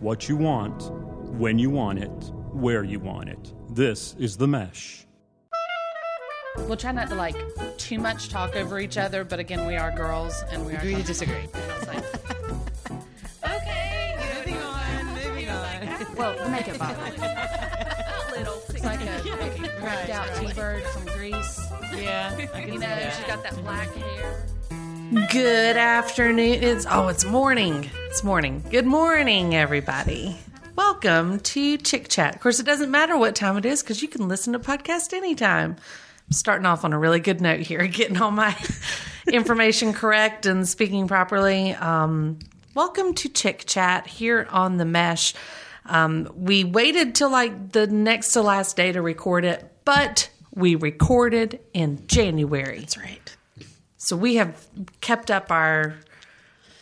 what you want, when you want it, where you want it. This is The Mesh. We'll try not to like too much talk over each other, but again, we are girls and we are. Agree to com- disagree. I was like, Okay, moving on, moving on. Well, make it violent. it's like a cracked out T-bird from Greece. Yeah, I You know, she's got that black hair. Good afternoon. It's oh, it's morning. It's morning. Good morning, everybody. Welcome to Chick Chat. Of course, it doesn't matter what time it is because you can listen to podcast anytime. I'm starting off on a really good note here, getting all my information correct and speaking properly. Um, welcome to Chick Chat here on the Mesh. Um, we waited till like the next to last day to record it, but we recorded in January. That's right. So we have kept up our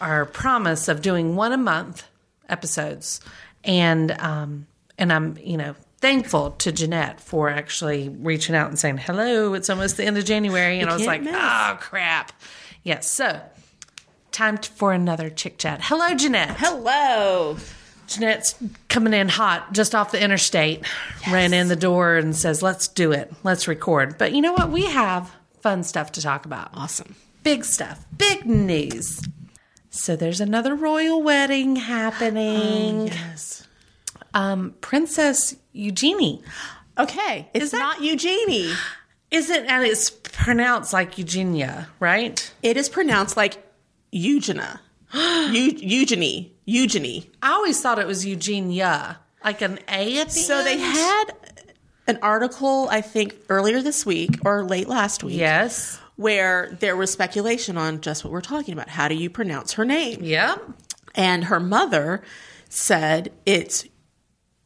our promise of doing one a month episodes, and um, and I'm you know thankful to Jeanette for actually reaching out and saying hello. It's almost the end of January, and I was like, can't miss. oh crap, yes. so time t- for another chick chat. Hello, Jeanette. Hello. Jeanette's coming in hot just off the interstate, ran in the door and says, let's do it, let's record. But you know what? We have fun stuff to talk about Awesome. big stuff, big news. So there's another royal wedding happening. Yes. Um, Princess Eugenie. Okay. It's not Eugenie. Is it and it's pronounced like Eugenia, right? It is pronounced like Eugenia. Eu- Eugenie. Eugenie. I always thought it was Eugenia. Like an A at the So they end? had an article, I think, earlier this week or late last week Yes. where there was speculation on just what we're talking about. How do you pronounce her name? Yep. And her mother said it's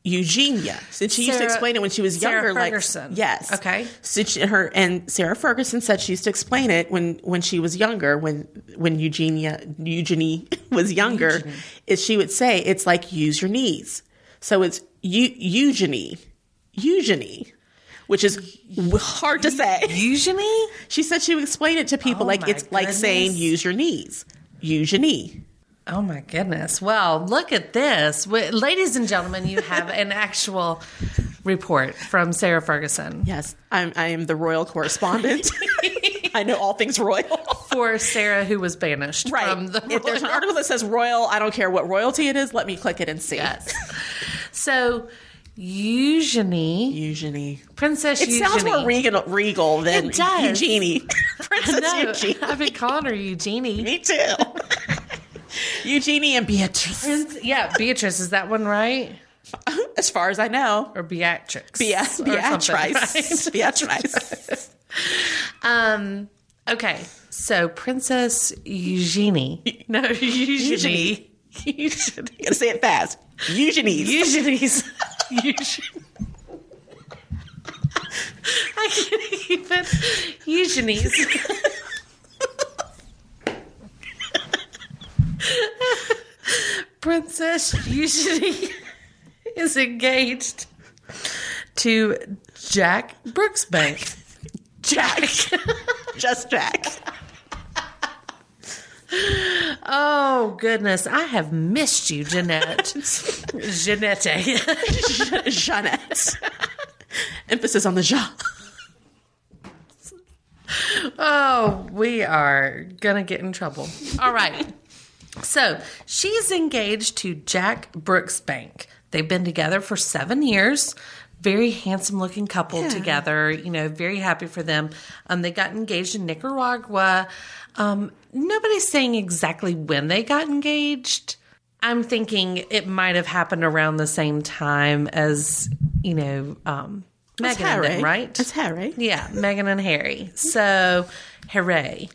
Eugenia. Since she used to Sarah- explain it when she was Sarah younger, Ferguson. like yes, Okay. So she- her and Sarah Ferguson said she used to explain it when when she was younger, when when Eugenia Eugenie was younger, is she would say it's like use your knees. So it's eu- Eugenie, Eugenie, which is w- hard to say. Eugenie? She said she would explain it to people Oh like my it's like saying goodness. use your knees, Eugenie. Oh my goodness. Well, look at this. Wait, Ladies and gentlemen, you have an actual report from Sarah Ferguson Yes, I'm, I am the royal correspondent. I know all things royal. for Sarah, who was banished from the if there's an royal- article that says royal, I don't care what royalty it is, let me click it and see. Yes. So, Eugenie, Eugenie. Princess It Eugenie. sounds more regal, regal than It does. Eugenie. I Princess know. Eugenie. I've been calling her Eugenie. Me too. Eugenie and Beatrice. Prince- yeah, Beatrice, is that one right? As far as I know. Or Beatrix? Bea- or something, Beatrice. Beatrice. Um, okay, so Princess Eugenie. No, Eugenie. Eugenie. Gotta say it fast. Eugenie. Eugenie's. Eugenie. I can't even. Eugenie's. Princess Eugenie is engaged to Jack Brooksbank. Jack. Just Jack. Oh goodness, I have missed you, Jeanette. Jeanette. Jeanette. Emphasis on the Ja. Oh, we are going to get in trouble. All right. so she's engaged to Jack Brooksbank. They've been together for seven years. Very handsome looking couple together. You know, very happy for them. Um, they got engaged in Nicaragua. Um, nobody's saying exactly when they got engaged. I'm thinking it might have happened around the same time as, you know, um, That's Meghan and them, Harry. right? That's Harry. Yeah, Meghan and Harry. So, hooray.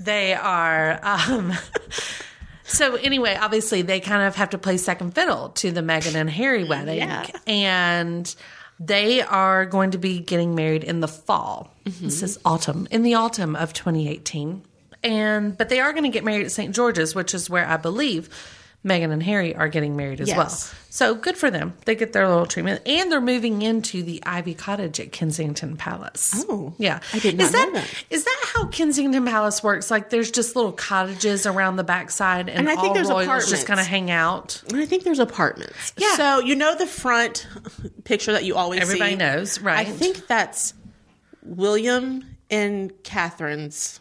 They are. Um, so, anyway, obviously, they kind of have to play second fiddle to the Meghan and Harry wedding. Yeah. And they are going to be getting married in the fall. This is autumn, in the autumn of 2018. And, but they are going to get married at St. George's, which is where I believe Meghan and Harry are getting married as well. Yes. So good for them. They get their little treatment and they're moving into the Ivy Cottage at Kensington Palace. Oh. yeah. I did is not know that, that. Is that how Kensington Palace works? Like there's just little cottages around the backside and, And I think all there's royals just apartments. kind of hang out. And I think there's apartments. Yeah. So you know the front picture that you always Everybody see? knows, right. I think that's William and Catherine's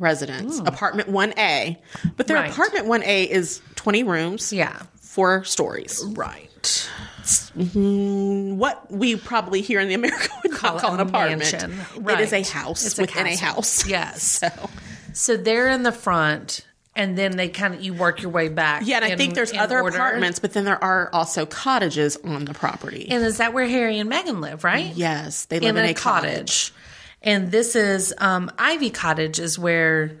residence, apartment 1A. But their Right. apartment 1A is 20 rooms, Yeah. four stories. Right. What we probably here in the America would Call call, it call an a apartment. mansion. It is a Right. house It's a within a castle. house. Yes. So, So they're in the front, and then they kind of you work your way back. yeah, and I in- think there's in other order. apartments, but then there are also cottages on the property. And is that where Harry and Meghan live? Right? yes, they live in, in, a, cottage. And this is um, Ivy Cottage is where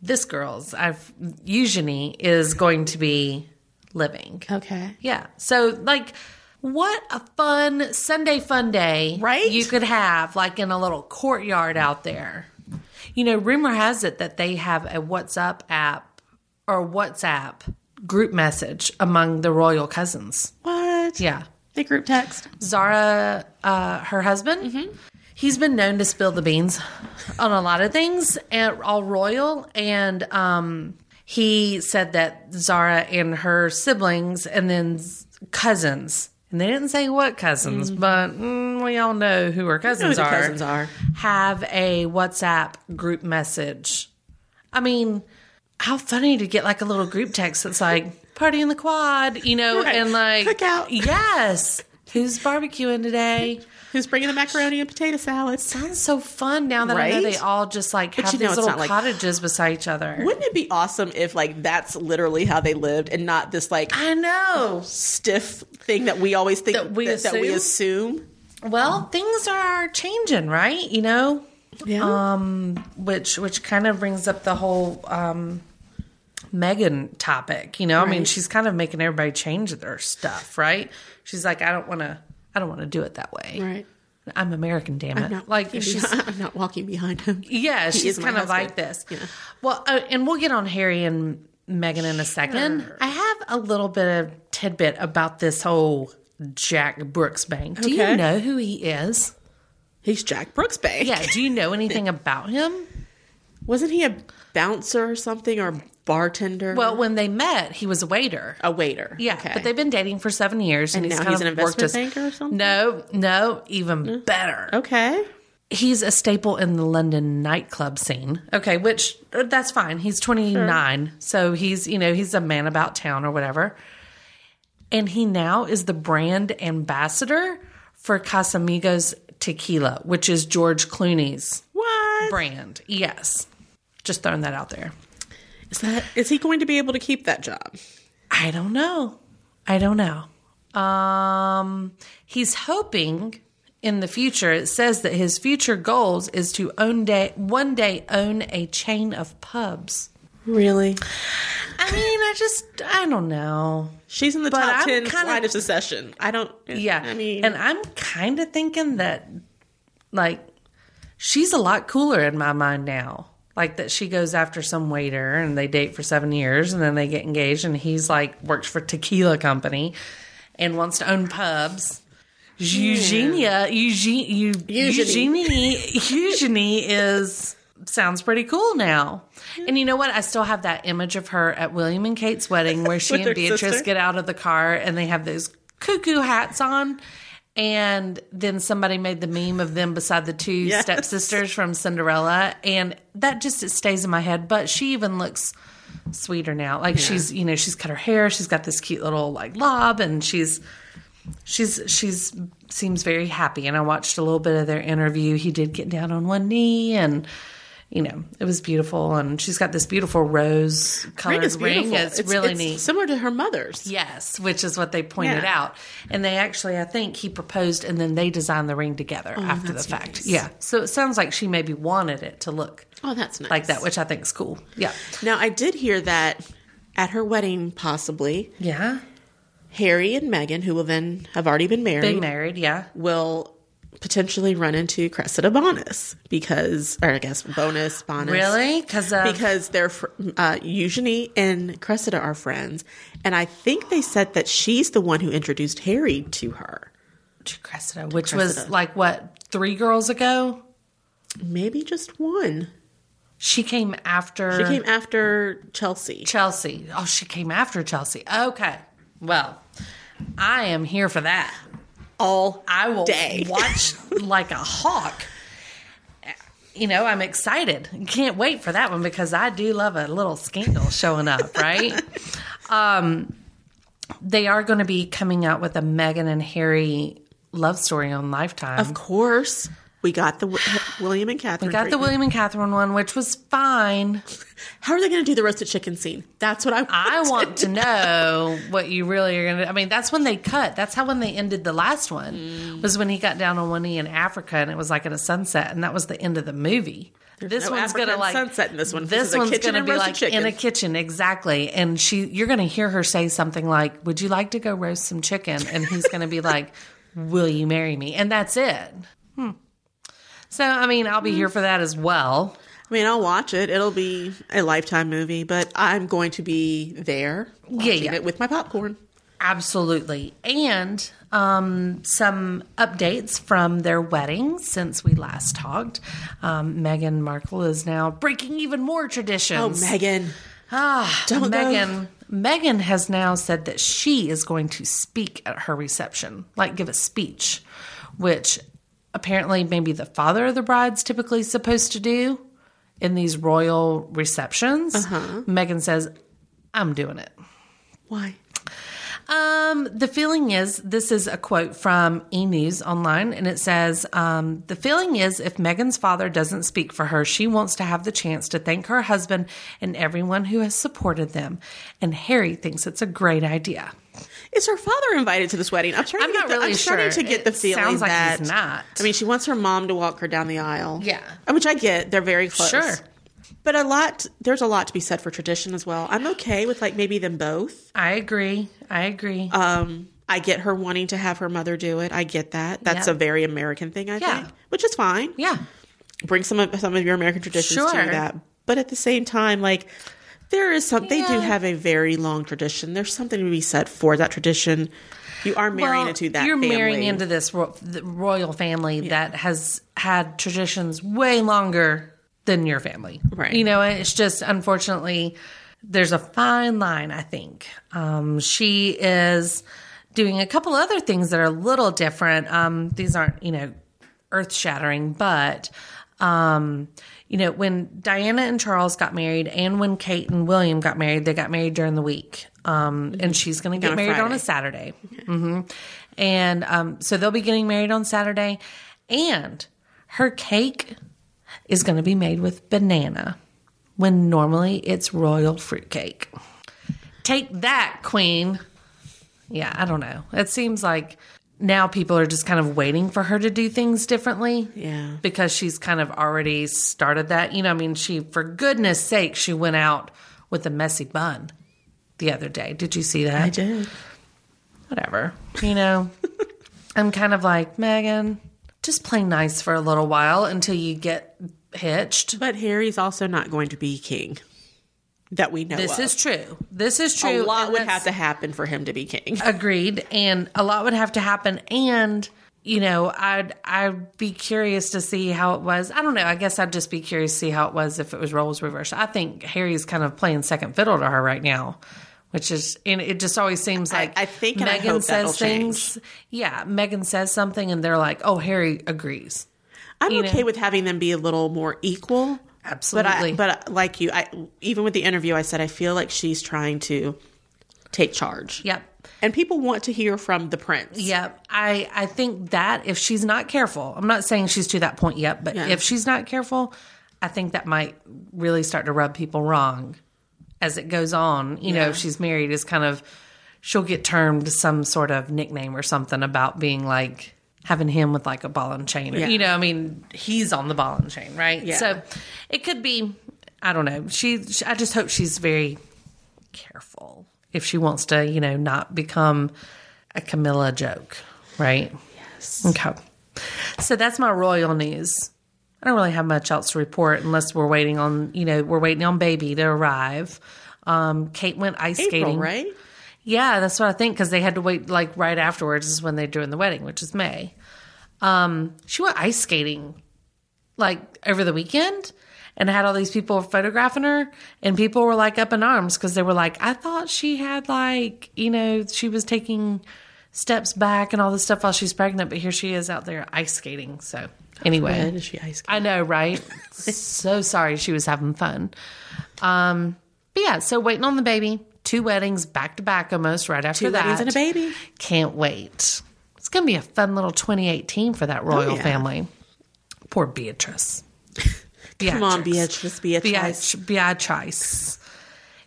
this girl's I've Eugenie is going to be living. Okay. Yeah. So like what a fun Sunday fun day Right? you could have like in a little courtyard out there. You know, rumor has it that they have a WhatsApp app or WhatsApp group message among the royal cousins. What? Yeah. They group text. Zara, uh, her husband, he's been known to spill the beans on a lot of things, and all royal. And um, he said that Zara and her siblings, and then s- cousins, and they didn't say what cousins, but mm, we all know who her cousins, the are, cousins are. Have a WhatsApp group message. I mean, how funny to get like a little group text that's like party in the quad, you know, Right. and like Cookout. Yes. Who's barbecuing today? Who's bringing the macaroni and potato salad? Sounds so fun now that I know Right? they all just like have you know these it's little not like- cottages beside each other. Wouldn't it be awesome if like that's literally how they lived and not this like I know. stiff thing that we always think That we that, that we assume? Well, things are changing, right? You know, Yeah. which which kind of brings up the whole um Megan topic. You know, I mean, Right. she's kind of making everybody change their stuff, right? She's like, I don't want to, I don't want to do it that way. right. I'm American, damn it. like she's I'm not walking behind him. Yeah, she's is my kind of husband. like this. Well, uh, and we'll get on Harry and Megan in a second. I have a little bit of tidbit about this whole Jack Brooksbank. Do you Okay. know who he is? He's Jack Brooksbank. Yeah, do you know anything about him? Wasn't he a bouncer or something or bartender? Well, when they met, he was a waiter. a waiter. Yeah, but they've been dating for seven years, and, And he's now kind of he's an worked investment his- banker or something? No, Oh. no, even better. Okay. he's a staple in the London nightclub scene. Okay, which uh, that's fine. He's 29, so he's, you know, he's a man about town or whatever. And he now is the brand ambassador for Casamigos Tequila, which is George Clooney's What? brand. Yes. Just throwing that out there. Is that is he going to be able to keep that job? I don't know. I don't know. Um, he's hoping in the future. It says that his future goals is to own day one day own a chain of pubs. Really? I mean, I just I don't know. She's in the But top I'm 10 kinda- slide of secession. I don't Yeah, I mean and I'm kind of thinking that like she's a lot cooler in my mind now. Like that she goes after some waiter and they date for seven years and then they get engaged and he's like works for tequila company and wants to own pubs. Eugenia, Eugenie, Eu- Hmm. Eugenie. Eugenie, Eugenie is sounds pretty cool now. And you know what? I still have that image of her at William and Kate's wedding where she With and her Beatrice sister. get out of the car and they have those cuckoo hats on. And then somebody made the meme of them beside the two Yes. stepsisters from Cinderella. And that just it stays in my head. But she even looks sweeter now. Like she's, you know, she's cut her hair. She's got this cute little like lob and she's, she's, she's seems very happy. And I watched a little bit of their interview. He did get down on one knee and, you know, it was beautiful. And she's got this beautiful rose colored ring is ring. beautiful. It's, really neat. Similar to her mother's. Yes, which is what they pointed Yeah. out. And they actually, I think he proposed and then they designed the ring together Oh, after the fact. Yeah. So it sounds like she maybe wanted it to look Oh, that's nice. like that, which I think is cool. Yeah. Now I did hear that at her wedding, possibly Yeah. Harry and Meghan, who will then have already been married, Being married. Yeah. will potentially run into Cressida Bonus because, or I guess Bonus Bonus, Really? Because because they're fr- uh, Eugenie and Cressida are friends, and I think they said that she's the one who introduced Harry to her. Cressida, which was like what three girls ago. Maybe just one. She came after. She came after Chelsea. Chelsea. Oh, she came after Chelsea. Okay. Well, I am here for that. All I will Day. watch like a hawk. You know, I'm excited. Can't wait for that one because I do love a little scandal showing up, right? um, they are going to be coming out with a Meghan and Harry love story on Lifetime. of course, we got the Wi- William and Catherine. we got the treatment. William and Catherine one, which was fine. How are they going to do the roasted chicken scene? That's what I. Want I want to know what you really are going to. I mean, that's when they cut. That's how when they ended the last one Mm. was when he got down on one knee in Africa, and it was like in a sunset, and that was the end of the movie. this no one's Africa gonna and like sunset in this one. This This is a one's kitchen gonna and be roasted like in chicken. a kitchen exactly, and she you're gonna hear her say something like, "Would you like to go roast some chicken?" And he's gonna be like, "Will you marry me?" And that's it. Hmm. So I mean, I'll Hmm. be here for that as well. I mean, I'll watch it. It'll be a lifetime movie, but I'm going to be there watching yeah. it with my popcorn. Absolutely. And um, some updates from their wedding since we last talked. Um, Meghan Markle is now breaking even more Oh, traditions. Megan. Ah, don't Megan. Meghan. Meghan has now said that she is going to speak at her reception, like give a speech, which apparently maybe the father of the bride's typically supposed to do in these royal receptions. Uh-huh. Meghan says, I'm doing it. Why? Um, the feeling is this is a quote from E News Online, and it says um, the feeling is if Megan's father doesn't speak for her, she wants to have the chance to thank her husband and everyone who has supported them. And Harry thinks it's a great idea. Is her father invited to this wedding? I'm trying I'm to get not the, really I'm starting sure. to get It the feeling sounds like that he's not. I mean, she wants her mom to walk her down the aisle. Uh, Yeah. which I get. They're very close. Sure. But a lot, there's a lot to be said for tradition as well. I'm okay with like maybe them both. Um, I agree. I agree. I get her wanting to have her mother do it. I get that. That's Yeah. a very American thing, I Yeah. think, which is fine. yeah. bring some of some of your American traditions Sure. to that. But at the same time, like there is some they do Yeah. have a very long tradition. There's something to be said for that tradition. You are marrying Well, into that. You're family. marrying into this ro- the royal family that has had traditions way longer than your family. Right. You know, it's just unfortunately there's a fine line, I think. Um, she is doing a couple other things that are a little different. Um, these aren't, you know, earth shattering, but um, you know, when Diana and Charles got married and when Kate and William got married, they got married during the week. Um, Mm-hmm. and she's going to get a married on Friday. a Saturday. hmm And um, so they'll be getting married on Saturday. And her cake is going to be made with banana when normally it's royal fruitcake. Take that, queen. Yeah, I don't know. It seems like now people are just kind of waiting for her to do things differently. Yeah. Because she's kind of already started that. You know, I mean, she, for goodness sake, she went out with a messy bun the other day. Did you see that? I did. whatever. You know, I'm kind of like, Megan, just play nice for a little while until you get hitched. But Harry's also not going to be king. That we know. This of. is true. This is true. a lot and would that's- have to happen for him to be king. Agreed. And a lot would have to happen. And you know, I'd I'd be curious to see how it was. I don't know. I guess I'd just be curious to see how it was if it was roles reversed. I think Harry's kind of playing second fiddle to her right now, which is and it just always seems like I think and I Megan hope that'll says things. Yeah, Megan says something, and they're like, "Oh, Harry agrees." I'm you know. okay with having them be a little more equal. Absolutely. But I, but I- like you, I even with the interview, I said I feel like she's trying to take charge. Yep. And people want to hear from the prince. Yep. I, I think that if she's not careful, I'm not saying she's to that point yet, but if she's not careful, I think that might really start to rub people wrong as it goes on. You know, if she's married, is kind of she'll get termed some sort of nickname or something about being like having him with like a ball and chain. You know, I mean, he's on the ball and chain, right? So it could be, I don't know. She, she, I just hope she's very careful if she wants to, you know, not become a Camilla joke, right? Yes. Okay. So that's my royal news. I don't really have much else to report unless we're waiting on, you know, we're waiting on baby to arrive. Um, Kate went ice April, skating. right? Yeah, that's what I think because they had to wait like right afterwards is when they're doing the wedding, which is May. Um, she went ice skating like over the weekend and had all these people photographing her, and people were like up in arms because they were like, I thought she had like you know she was taking steps back and all this stuff while she's pregnant, but here she is out there ice skating. So anyway, When is she ice skating? I know, right? so sorry she was having fun. Um, but yeah, so waiting on the baby, two weddings back to back almost right after Two that. weddings and a baby. Can't wait. It's going to be a fun little 2018 for that royal yeah. family. Poor Beatrice. Come on, Beatrice, Beatrice. Beatrice. Beatrice.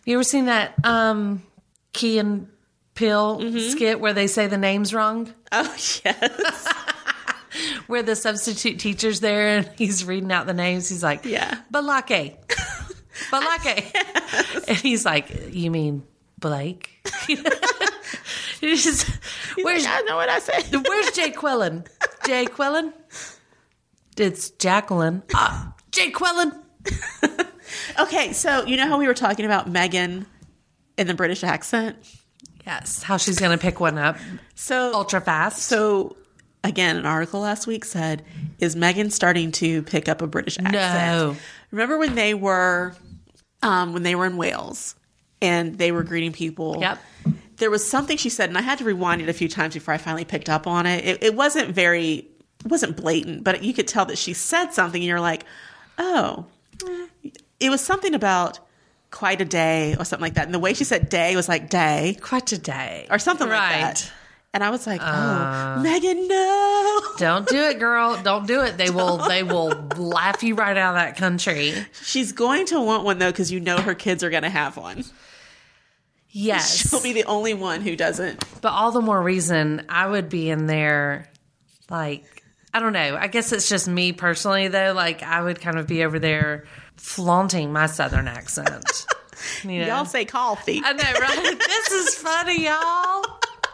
You ever seen that um, Key and Pill Mm-hmm. skit where they say the names wrong? Oh yes, where the substitute teacher's there and he's reading out the names. He's like, Yeah. Balake. Balake. And he's like, You mean Blake? He's just- where's, I know what I said. where's Jay Quellen? Jay Quellen? It's Jacqueline. Ah, Jay Quellen. Okay, so you know how we were talking about Megan in the British accent? Yes, how she's going to pick one up So ultra fast. So again, an article last week said, "Is Megan starting to pick up a British accent?" Remember when they were, um, when they were in Wales, and they were greeting people. Yep. There was something she said, and I had to rewind it a few times before I finally picked up on it. It, it wasn't very, it wasn't blatant, but you could tell that she said something, and you're like, "Oh." It was something about quite a day or something like that, and the way she said "day" was like "day." Quite a day. or something right. Uh. like that. And I was like, oh, Megan, no. Don't do it, girl. Don't do it. They will they will laugh you right out of that country. She's going to want one though, because you know her kids are going to have one. Yes. She'll be the only one who doesn't. But all the more reason I would be in there, like, I don't know. I guess it's just me personally, though. Like, I would kind of be over there flaunting my Southern accent. You know? Y'all say call thief. I know, right? this is funny, y'all.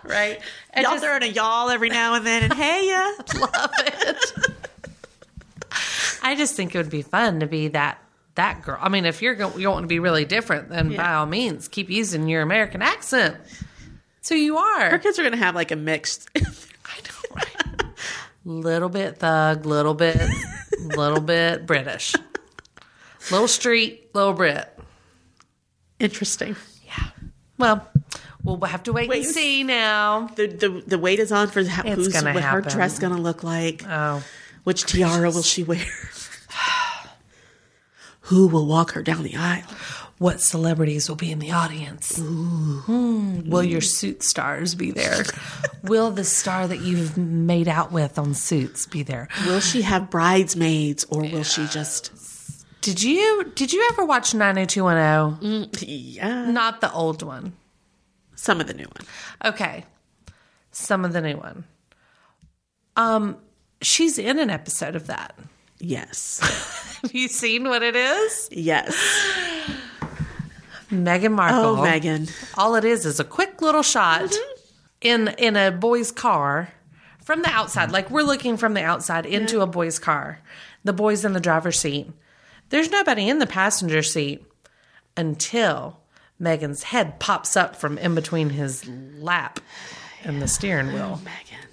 Right? I Y'all just throwing a y'all every now and then, and hey, ya. love it. I just think it would be fun to be that that girl. I mean, if you're going, you want to be really different, then by all means, keep using your American accent. So you are. Her kids are going to have like a mixed. I know, right? little bit thug, little bit, little bit British, little street, little Brit. Interesting. Well, we'll have to wait, Wait. and see now. The, the the wait is on for ha- who's gonna what her happen. dress going to look like. Oh, Which tiara will she wear? who will walk her down the aisle? what celebrities will be in the audience? Hmm. Will your suit stars be there? will the star that you've made out with on suits be there? Will she have bridesmaids, or will she just? Did you did you ever watch 90210? Yeah. Not the old one. Some of the new one. Okay. Some of the new one. Um, she's in an episode of that. Yes. Have you seen what it is? Yes. Meghan Markle. Oh, Megan. All it is is a quick little shot in in a boy's car from the outside. Like we're looking from the outside into a boy's car. The boy's in the driver's seat. There's nobody in the passenger seat until Megan's head pops up from in between his lap and the steering wheel. Megan.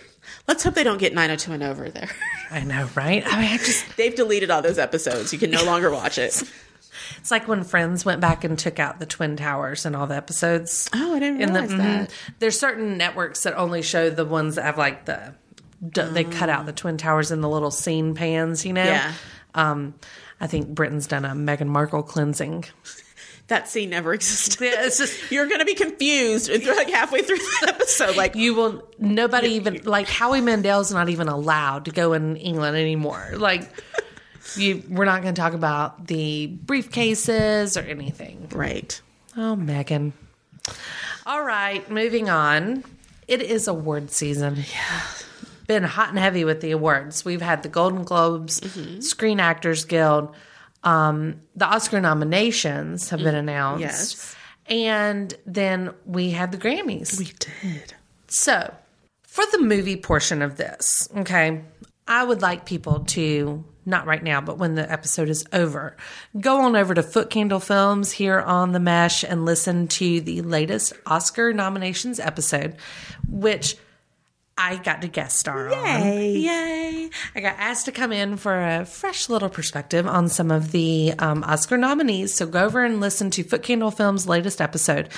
Let's hope they don't get 90210 over there. I know, right? I mean, I just They've deleted all those episodes. You can no longer watch it. It's like when Friends went back and took out the Twin Towers and all the episodes. Oh, I didn't In the- realize that. mhm. There's certain networks that only show the ones that have like the d- they cut out the Twin Towers in the little scene pans, you know. Yeah. Um, I think Britain's done a Meghan Markle cleansing. That scene never existed. Yeah, it's just- You're going to be confused if you're like halfway through the episode. Like, You will nobody even like Howie Mandel's not even allowed to go in England anymore. Like. You, we're not going to talk about the briefcases or anything. right. Oh, Megan. All right, moving on. It is award season. Yeah. Been hot and heavy with the awards. We've had the Golden Globes, Screen Actors Guild, um, the Oscar nominations have been announced. yes. And then we had the Grammys. We did. So, for the movie portion of this, okay, I would like people to not right now, but when the episode is over, go on over to Foot Candle Films here on The Mesh and listen to the latest Oscar nominations episode, which I got to guest star on. Yay! I got asked to come in for a fresh little perspective on some of the um, Oscar nominees. So go over and listen to Foot Candle Films' latest episode.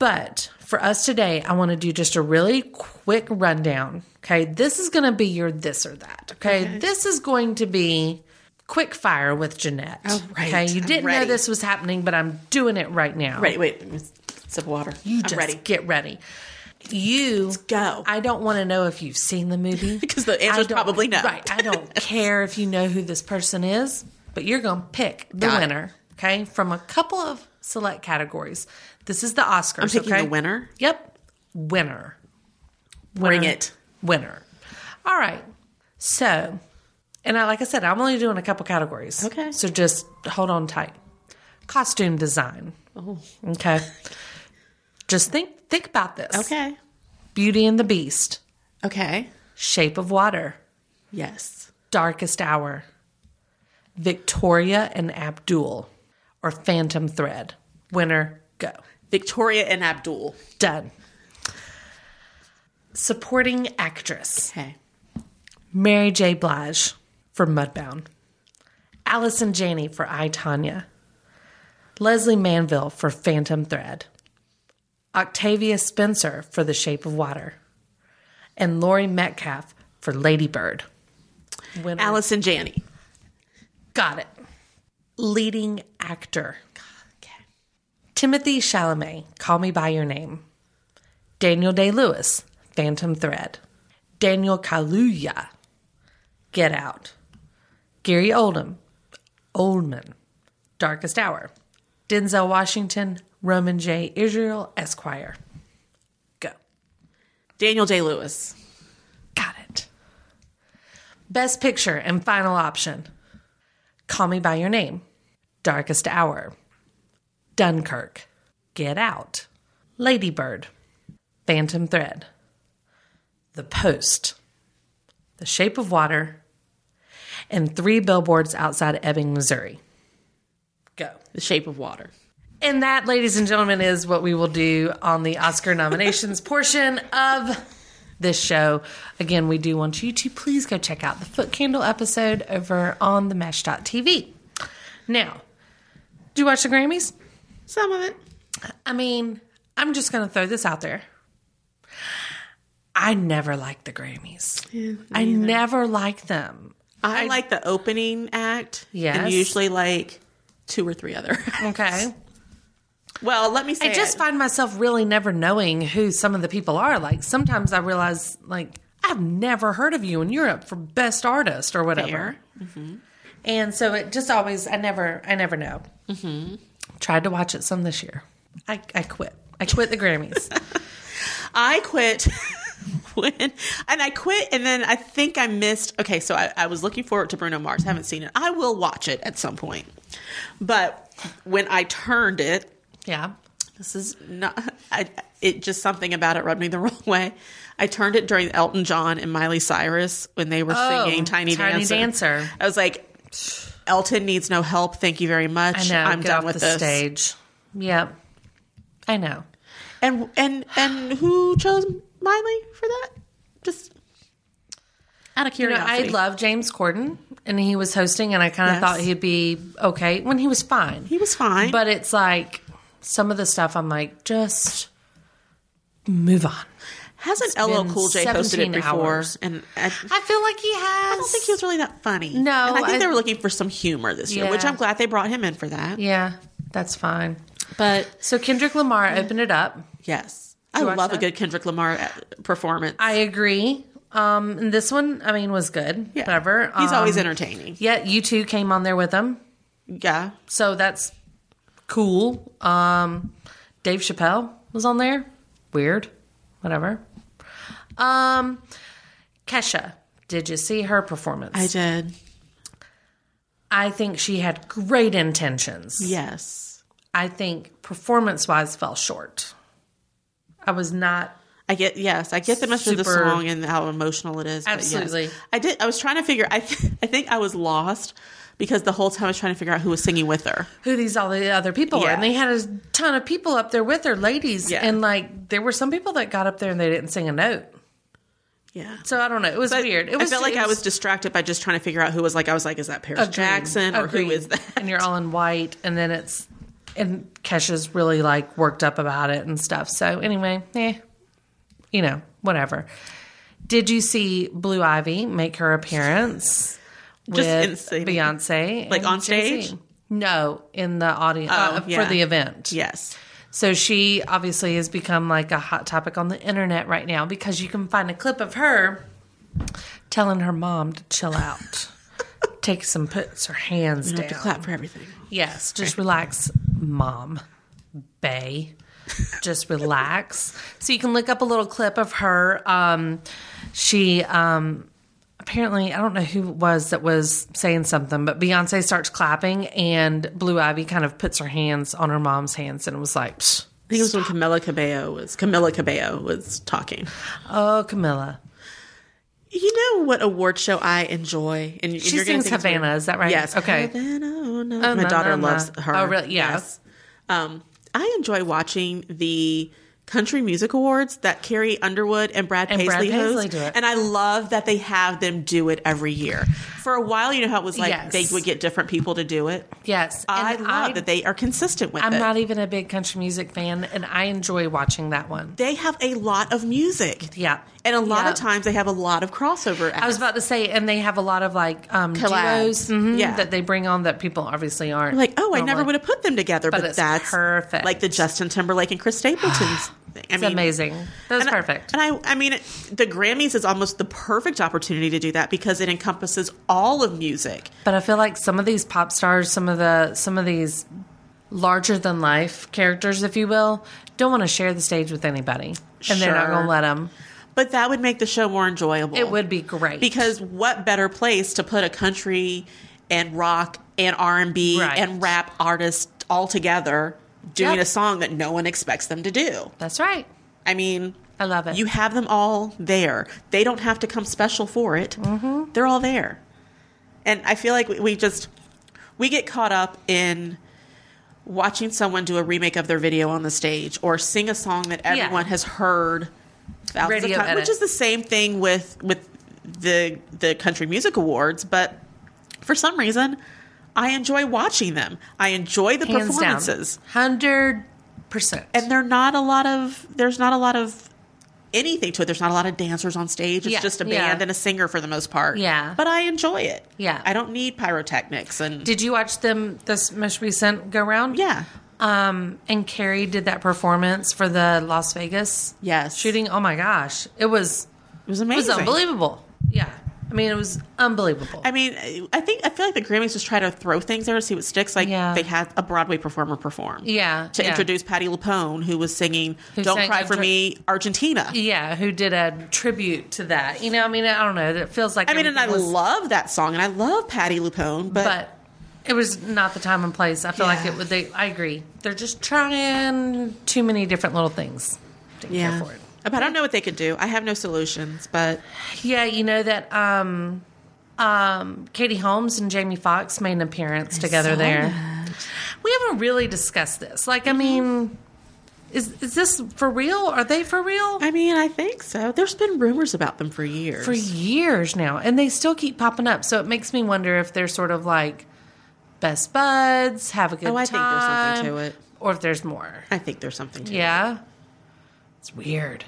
But for us today, I want to do just a really quick rundown. Okay. This is going to be your this or that. Okay. This is going to be quick fire with Jeanette. All right, Okay. You I'm didn't know ready. this was happening, but I'm doing it right now. Ready? Wait, let me sip of water. You I'm just ready. get ready. You go. I don't want to know if you've seen the movie Because the answer I is don't- probably no. Right. I don't care if you know who this person is, but you're going to pick the Got it. winner, okay, from a couple of select categories. This is the Oscars. I'm picking okay? the winner. Yep. Winner. Bring Winner. it. Winner. All right. So, and I, like I said, I'm only doing a couple categories. Okay. So just hold on tight. Costume design. Okay. just think think about this. Okay. Beauty and the Beast. Okay. Shape of Water. Yes. Darkest Hour, Victoria and Abdul, or Phantom Thread. Winner, go. Victoria and Abdul. Done. Supporting actress Okay. Mary J. Blige for Mudbound, Allison Janney for I Tanya, Leslie Manville for Phantom Thread, Octavia Spencer for The Shape of Water, and Lori Metcalf for Ladybird. Winner, Allison Janney. Got it. Leading actor. Okay. Timothy Chalamet, Call Me By Your Name. Daniel Day Lewis, Phantom Thread. Daniel Kaluuya, Get Out. Gary Oldham, Oldman, Darkest Hour. Denzel Washington, Roman J. Israel, Esquire. Go. Daniel Day Lewis. Got it. Best picture and final option Call Me By Your Name, Darkest Hour, Dunkirk, Get Out, Ladybird, Phantom Thread, The Post, The Shape of Water, and Three Billboards Outside Ebbing, Missouri. Go. The Shape of Water. And that, ladies and gentlemen, is what we will do on the Oscar nominations portion of this show. Again, we do want you to please go check out the Foot Candle episode over on the Mesh.tv. Now, do you watch the Grammys? Some of it. I mean, I'm just going to throw this out there. I never liked the Grammys. I never liked them. I, like the opening act. Yes. And usually like two or three other. Okay. well, let me say I just it. find myself really never knowing who some of the people are. Like sometimes I realize, like, I've never heard of you in Europe for best artist or whatever. Mm-hmm. And so it just always, I never, I never know. Mm-hmm. Tried to watch it some this year. I, I quit. I quit the Grammys. I quit when, and I quit, and then I think I missed. Okay, so I, I was looking forward to Bruno Mars. Haven't seen it. I will watch it at some point, but when I turned it, yeah. this is not. I, it just something about it rubbed me the wrong way. I turned it during Elton John and Miley Cyrus when they were Oh, singing "Tiny, Tiny Dancer." Dancer. I was like, Elton needs no help. Thank you very much. I know. I'm Get done off with the this. stage. Yep. I know. And and and who chose Miley for that? Just out of You know, curiosity. I love James Corden, and he was hosting, and I kind of Yes. thought he'd be okay when he was fine. He was fine. But it's like some of the stuff I'm like, just move on. hasn't LL been Cool J posted it 17 before? hours. And I, I feel like he has. I don't think he was really that funny. No, and I think I- they were looking for some humor this year, which Yeah. I'm glad they brought him in for that. Yeah, that's fine. But So Kendrick Lamar opened it up. yes, I watch love a that? good Kendrick Lamar uh, performance. I agree. Um, and this one, I mean, was good. Yeah. Whatever. He's always Um, entertaining. Yeah, you two came on there with him, Yeah, so that's cool. Um, Dave Chappelle was on there. Weird. Whatever. Um, Kesha, did you see her performance? I did. I think she had great intentions. Yes, I think performance wise fell short. I was not I get yes, I get the message of the Super- song and how emotional it is. but yes. Absolutely. I did. I was trying to figure. I th- I think I was lost because the whole time I was trying to figure out who was singing with her. who these all the other people were. Yeah. And they had a ton of people up there with her, ladies. Yeah. And like there were some people that got up there and they didn't sing a note. Yeah. So I don't know. It was weird. It was I felt like it I was distracted by just trying to figure out who was like I was like, is that Paris Agreed. Jackson or who Agreed. is that? And you're all in white and then it's and Kesha's really like worked up about it and stuff. So anyway, eh. You know, whatever. Did you see Blue Ivy make her appearance with Just insane. Beyonce? Like and on stage? Jay-Z? No, in the audience uh, Oh, for yeah. the event. yes. So she obviously has become like a hot topic on the internet right now because you can find a clip of her telling her mom to chill out, take some puts her hands You have to down. clap for everything. Yes, just relax, mom, bay. Just relax. so you can look up a little clip of her. Um, she um, apparently, I don't know who it was that was saying something, but Beyonce starts clapping and Blue Ivy kind of puts her hands on her mom's hands and was like, "Psh, I think it was when Camila Cabello was Camila Cabello was talking. oh, Camilla. You know what award show I enjoy? And She you're gonna sings think it's Havana, weird. is that right? Yes. Okay. Havana, oh, no. My na, daughter na, na. loves her. Oh, really? Yeah. Um, I enjoy watching the country music awards that Carrie Underwood and Brad And Paisley, Brad Paisley host, do it. and I love that they have them do it every year. For a while, you know how it was like Yes. they would get different people to do it. Yes. I and love that they are consistent with I'm it. not even a big country music fan and I enjoy watching that one. they have a lot of music. Yeah. And a lot Yeah. of times they have a lot of crossover acts. I was about to say, and they have a lot of like um, Collabs. duos mhm, Yeah. that they bring on that people obviously aren't. like, oh, I never normally- would have put them together, But but, it's that's perfect. Like the Justin Timberlake and Chris Stapleton's. thing. I It's amazing. That was and I- perfect. and I, I mean, the Grammys is almost the perfect opportunity to do that because it encompasses all of music. but I feel like some of these pop stars, some of the some of these larger than life characters, if you will, don't want to share the stage with anybody, and they're not Sure. going to let them. But that would make the show more enjoyable. It would be great because what better place to put a country and rock and R and B Right. and rap artist all together doing Yep. a song that no one expects them to do? that's right. I mean, I love it. You have them all there. They don't have to come special for it. Mm-hmm. They're all there. And I feel like we, we just we get caught up in watching someone do a remake of their video on the stage or sing a song that everyone has heard thousands Radio of times, edit. which is the same thing with with the the country music awards, but for some reason I enjoy watching them. I enjoy the Hands down, performances hundred percent. and they're not a lot of there's not a lot of anything to it there's not a lot of dancers on stage it's Yeah, just a band yeah. and a singer for the most part Yeah. but i enjoy it Yeah. i don't need pyrotechnics and Did you watch them this most recent go round? yeah Um, and Carrie did that performance for the Las Vegas yes shooting. Oh my gosh, it was it was it was amazing unbelievable. Yeah, I mean it was unbelievable. i mean i think i feel like the grammys just try to throw things there to see what sticks like Yeah. they had a broadway performer perform yeah, to yeah. introduce patty lapone who was singing Who don't sang cry for Arge- me argentina yeah, who did a tribute to that? You know, I mean, I don't know. It feels like i mean and i everything was- love that song and i love patty lapone but it was not the time and place. I feel like Yeah. it would. They, I agree. They're just trying too many different little things. Didn't care yeah for it. but i don't know what they could do i have no solutions but Yeah, you know that um um Katie Holmes and Jamie Foxx made an appearance together there. We haven't really discussed this. Like I mean is is this for real? Are they for real? I mean, I think so. There's been rumors about them for years. for years now and they still keep popping up. So it makes me wonder if they're sort of like best buds, have a good oh, I think there's something time, to it. Or if there's more. I think there's something to it. Yeah. It's weird.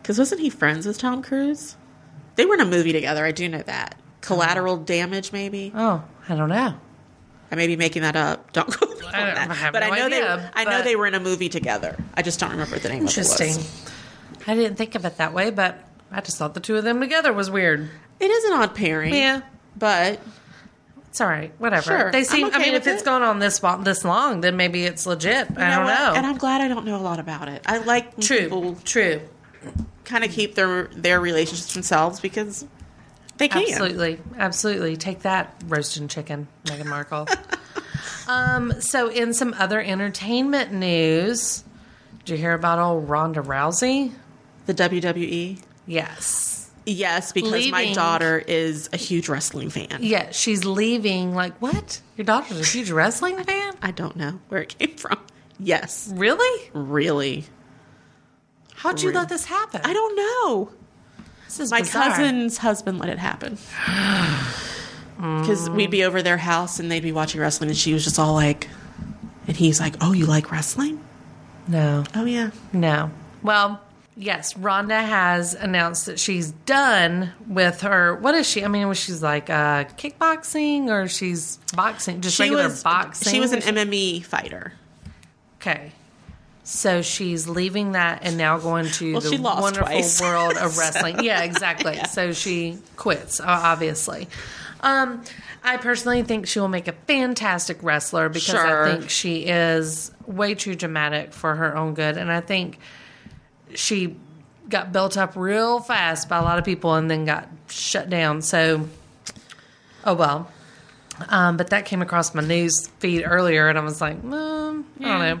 Because wasn't he friends with Tom Cruise? They were in a movie together. I do know that. Collateral Uh-huh. damage, maybe. Oh, I don't know. I may be making that up. Don't quote me on I don't- that. I have but no I know they. idea, I but- know they were in a movie together. I just don't remember what the name. Of it, Interesting. was. I didn't think of it that way, but I just thought the two of them together was weird. it is an odd pairing. Yeah. but It's all right. Whatever. Sure. They I'm seem. I okay mean, if with it's it. gone on this wa- this long, then maybe it's legit. you I don't what? know. And I'm glad I don't know a lot about it. I like when true. people True. kind of keep their their relationships themselves because they can. Absolutely. Absolutely. Take that roasting chicken, Meghan Markle. um. So, in some other entertainment news, did you hear about old Ronda Rousey? the E. WWE? Yes. Yes, because my Leaving. daughter is a huge wrestling fan. Yeah, she's leaving. Like, what? Your daughter's a huge wrestling fan? I don't know where it came from. Yes, Really? really. How'd you let this happen? I don't know. This is My bizarre. cousin's husband let it happen. Because we'd be over their house and they'd be watching wrestling, and she was just all like, and he's like, Oh, you like wrestling? No. Oh, yeah. No. Well, yes, Rhonda has announced that she's done with her. What is she? I mean, was she's like uh, kickboxing or she's boxing? Just regular boxing. she was an MMA fighter. okay. So she's leaving that and now going to Well, the she lost wonderful twice. world of wrestling. yeah, exactly. Yeah. So she quits, o- obviously. Um, I personally think she will make a fantastic wrestler because Sure. I think she is way too dramatic for her own good, and I think she got built up real fast by a lot of people and then got shut down. So, oh well. Um, but that came across my news feed earlier, and I was like, mm, I don't know.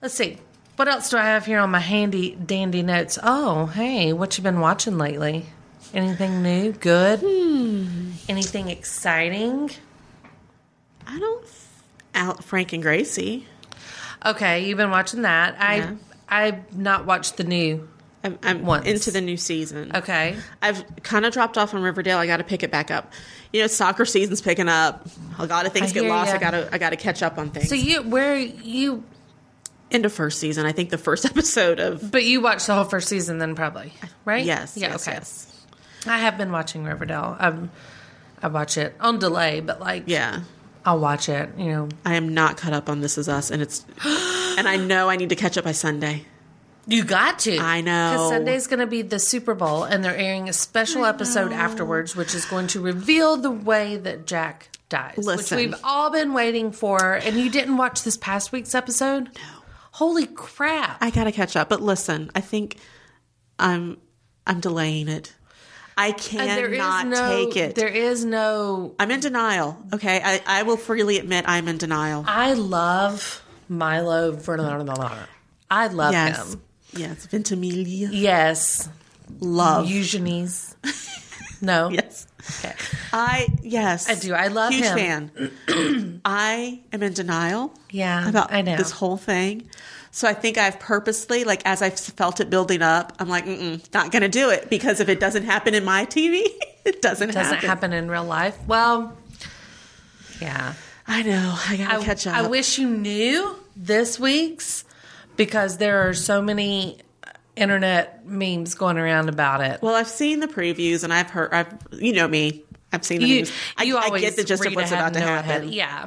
Let's see. What else do I have here on my handy dandy notes? Oh, hey, what you been watching lately? Anything new? Good? Hmm. Anything exciting? I don't. Out Frank and Gracie. Okay, you've been watching that. Yeah. I I've not watched the new. I'm, I'm Once. into the new season. Okay. I've kind of dropped off on Riverdale. I got to pick it back up. You know, soccer season's picking up. A lot of things I get hear lost. ya. I gotta, I gotta catch up on things. So you where you End of first season. I think the first episode of but you watched the whole first season then probably, right? yes, Yeah, yes, okay. yes. I have been watching Riverdale. Um I watch it on delay, but like yeah. I'll watch it, you know. I am not caught up on This Is Us, and it's, and I know I need to catch up by Sunday. You got to. I know. Because Sunday's going to be the Super Bowl, and they're airing a special episode afterwards, which is going to reveal the way that Jack dies. Listen. Which we've all been waiting for. And you didn't watch this past week's episode? No. Holy crap. I gotta catch up. But listen, I think I'm, I'm delaying it. I And there is cannot no- take it. There is no. I'm in denial. Okay, I, I will freely admit I'm in denial. I love Milo. Ver- I love yes, him. yes, Ventimiglia, Yes. love. Eugenie's. No. yes, Okay. I yes, I do. I love Huge him. fan. I am in denial. Yeah. about I know. this whole thing. So I think I've purposely, like, as I've felt it building up, I'm like, Mm-mm, not going to do it because if it doesn't happen in my TV, it doesn't, doesn't happen. in real life. Well, yeah. I know. I got I, to catch up. I wish you knew this week's because there are so many internet memes going around about it. Well, I've seen the previews and I've heard. I've you know me. I've seen the you, news. I, you I always get the gist of read what's ahead and about to know ahead. happen. Yeah.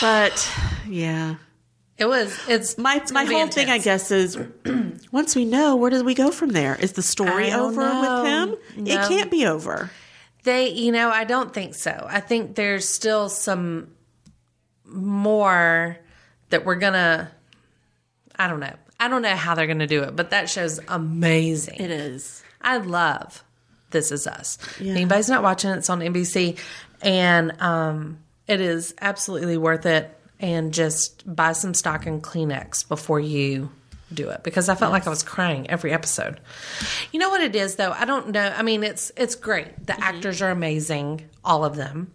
But yeah, It was. It's my it's my gonna be whole thing, I intense. guess, is once we know, where do we go from there? Is the story I don't over know. with him? It No. can't be over. They, you know, I don't think so. I think there's still some more that we're gonna. I don't know. I don't know how they're gonna do it, but that show's amazing. It is. I love This Is Us. Anybody's not watching, it's on NBC, and um, it is absolutely worth it. And just buy some stock in Kleenex before you do it because I felt like I was crying every episode. You know what it is though? I don't know. I mean, it's it's great. The actors are amazing, all of them.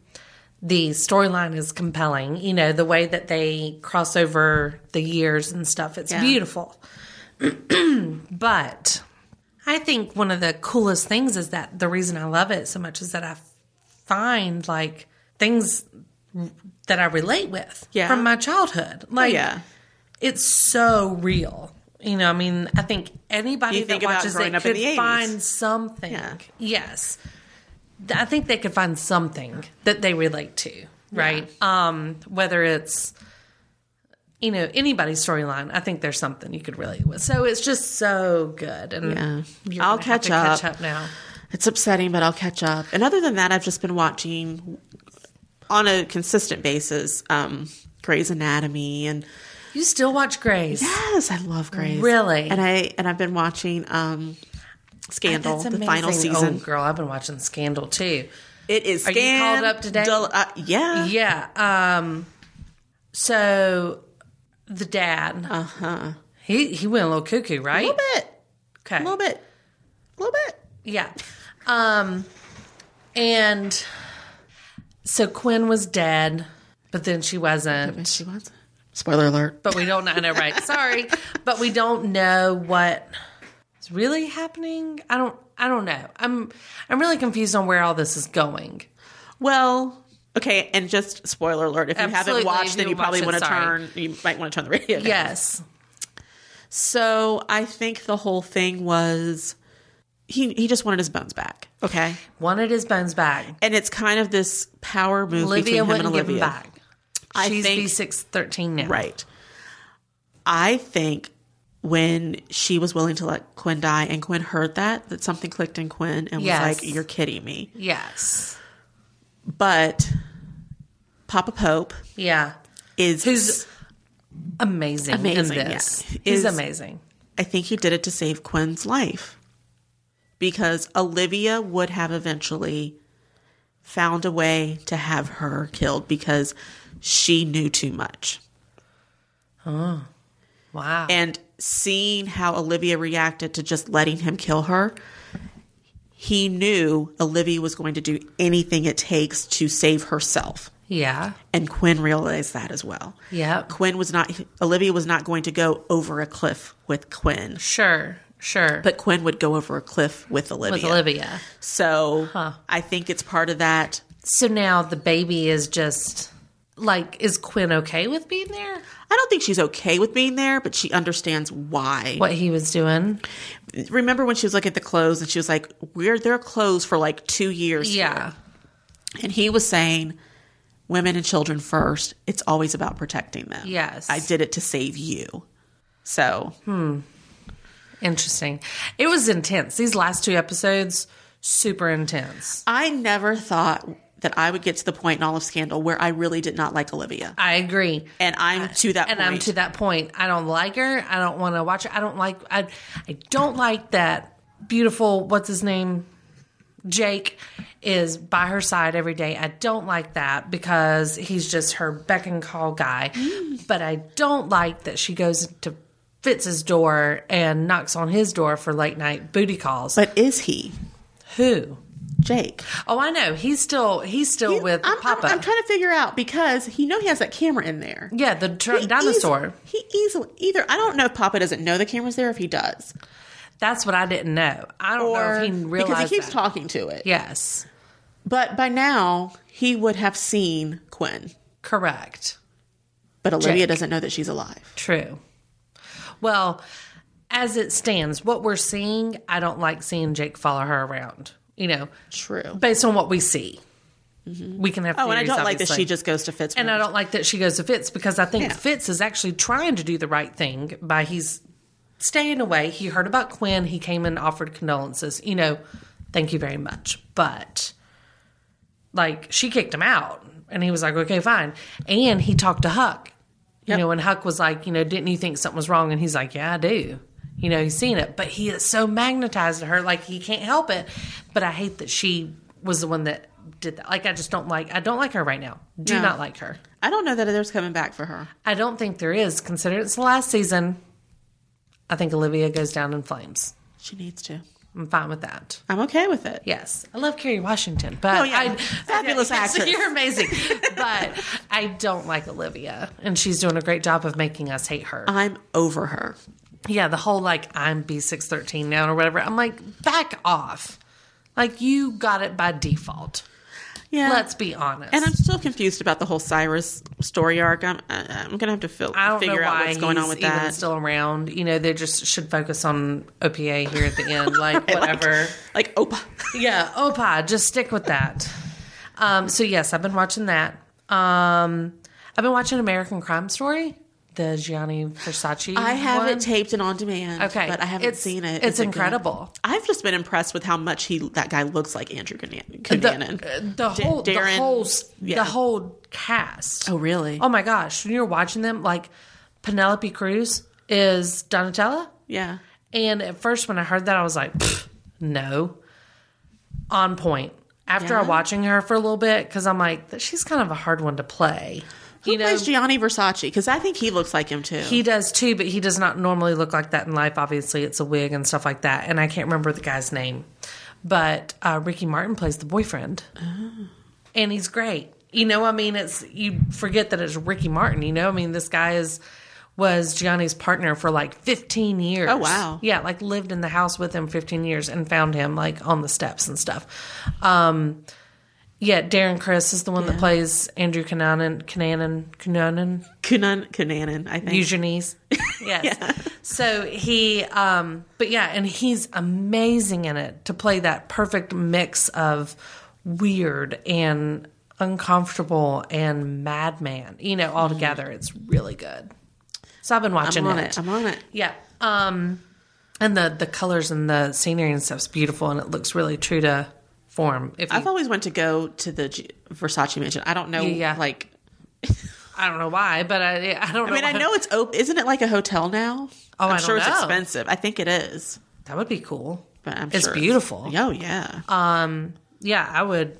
The storyline is compelling. You know, the way that they cross over the years and stuff. It's beautiful. but I think one of the coolest things is that the reason I love it so much is that I find like things that I relate with Yeah. Oh, from my childhood. Like, yeah. it's so real. You know, I mean, I think anybody You that think about watches growing it up in could the 80s. find something. Yeah. Yes, Th- I think they could find something that they relate to, right? Um, whether it's you know, anybody's storyline, I think there's something you could really. So it's just so good, and Yeah. you're I'll gonna have catch to up. Catch up now. It's upsetting, but I'll catch up. And other than that, I've just been watching on a consistent basis um, Grey's Anatomy and You still watch Grace? yes, I love Grey's. Really? And I and I've been watching um, Scandal, That's the final amazing. season. Oh, girl, I've been watching Scandal too. It is Are you called up to date? scandal- uh, yeah. Yeah. Um. So the dad. Uh huh. He he went a little cuckoo, right? A Uh-huh. little bit. Okay. A little bit. A little bit. Yeah. Um, and so Quinn was dead, but then she wasn't. She was. Spoiler alert. But we don't know, I know, right? Sorry, but we don't know what is really happening. I don't. I don't know. I'm. I'm really confused on where all this is going. Well, okay, and just spoiler alert. If you Absolutely, haven't watched, if then you you probably watch want it, to sorry. turn. You might want to turn the radio. down. Yes. So I think the whole thing was he he just wanted his bones back. Okay. Wanted his bones back. And it's kind of this power move Olivia between him wouldn't and give Olivia. him back. I She's think- B six thirteen now. Right. I think when she was willing to let Quinn die and Quinn heard that, that something clicked in Quinn and Yes. was like, You're kidding me. Yes. But Papa Pope Yeah. is Who's amazing, Amazing, in this. yeah. He's Is- amazing. I think he did it to save Quinn's life because Olivia would have eventually found a way to have her killed because she knew too much. Wow. And seeing how Olivia reacted to just letting him kill her, he knew Olivia was going to do anything it takes to save herself. yeah. And Quinn realized that as well. Yep. Quinn was not, Olivia was not going to go over a cliff with Quinn. Sure, sure. but Quinn would go over a cliff with Olivia. with Olivia. So I think it's part of that. So now the baby is just like, is Quinn okay with being there? I don't think she's okay with being there, but she understands why. What he was doing? Remember when she was looking at the clothes and she was like, "We're their clothes for like two years." here." Yeah. and he was saying, "Women and children first. It's always about protecting them." Yes. I did it to save you. So Interesting. It was intense. These last two episodes, super intense. I never thought that I would get to the point in all of Scandal where I really did not like Olivia, I agree. and I'm to that. and point. I'm to that point. I don't like her. I don't want to watch her. I don't like. I I don't like that beautiful. What's his name? Jake is by her side every day. I don't like that because he's just her beck and call guy. But I don't like that she goes to Fitz's door and knocks on his door for late night booty calls. But is he Who? Jake? Oh, I know. He's still he's still He- with I'm, Papa. I'm, I'm trying to figure out because he know he has that camera in there. yeah, the tr- He dinosaur. easi- he easily either I don't know if Papa doesn't know the camera's there if he does, That's what I didn't know. I don't know if he realized because he keeps that. talking to it. Yes. But by now he would have seen Quinn, Correct. but Olivia Jake. doesn't know that she's alive. True. Well, as it stands, what we're seeing, I don't like seeing Jake follow her around. You know, True. based on what we see, we can have. oh, and I theories, don't like that obviously. she just goes to Fitz. And I don't like that she goes to Fitz because I think Yeah. Fitz is actually trying to do the right thing by he's staying away. He heard about Quinn. He came and offered condolences. You know, thank you very much. But like she kicked him out and he was like, okay, fine. And he talked to Huck, you know, and Huck was like, you know, didn't you think something was wrong? And he's like, yeah, I do. You know, he's seen it, but he is so magnetized to her, like he can't help it. But I hate that she was the one that did that. Like, I just don't like, I don't like her right now. Do No. not like her. I don't know that there's coming back for her. I don't think there is. Considering it's the last season, I think Olivia goes down in flames. She needs to. I'm fine with that. I'm okay with it. Yes, I love Kerry Washington, but Oh, yeah. I, Fabulous Yes, actress. You're amazing, but I don't like Olivia, and she's doing a great job of making us hate her. I'm over her. yeah, the whole like I'm B six thirteen now or whatever. I'm like, back off. Like you got it by default. Yeah. Let's be honest. and I'm still confused about the whole Cyrus story arc. I'm, I- I'm gonna have to feel, I don't figure know why out what's going on he's with even that. still around. You know, they just should focus on OPA here at the end, like Right, like- whatever. like Opa. Yeah, Opa, just stick with that. Um, so yes, I've been watching that. Um, I've been watching American Crime Story. the Gianni Versace. I have one? it taped and on demand. Okay. but I haven't It's- seen it. it's Is it good? incredible. I've just been impressed with how much he that guy looks like Andrew Cunan- Cunanan. the, uh, the whole Darren- the whole s- yeah. the whole cast. Oh, really? Oh my gosh! When you're watching them, like Penelope Cruz is Donatella, yeah, and at first when I heard that, I was like, "Pfft, no, on point. After Yeah. watching her for a little bit, because I'm like, she's kind of a hard one to play. who plays Gianni Versace? Because I think he looks like him too. He does too, but he does not normally look like that in life. Obviously, it's a wig and stuff like that. And I can't remember the guy's name, but uh, Ricky Martin plays the boyfriend, Oh. and he's great. You know, I mean, it's you forget that it's Ricky Martin. You know, I mean, this guy is was Gianni's partner for like 15 years. Oh, wow. Yeah, like lived in the house with him 15 years and found him like on the steps and stuff. Um, yeah, Darren Chris is the one that plays Andrew Cunanan, Cunanan, Cunanan, Cunan Cunanan, I think. Use your knees. Yes. So he, um, but yeah, and he's amazing in it to play that perfect mix of weird and uncomfortable and madman, you know, all together. It's really good. So I've been watching Mm-hmm. I'm on it. I'm on it. yeah. Um, and the the colors and the scenery and stuff's beautiful, and it looks really true to form. If you, I've always wanted to go to the G- Versace mansion. I don't know, Yeah, yeah. like. I don't know why, but I I don't. I mean, know I why. know it's open. Isn't it like a hotel now? Oh, I'm I don't sure it's know. expensive. I think it is, that would be cool. but I'm It's sure beautiful. Um, Oh yeah. Yeah, I would.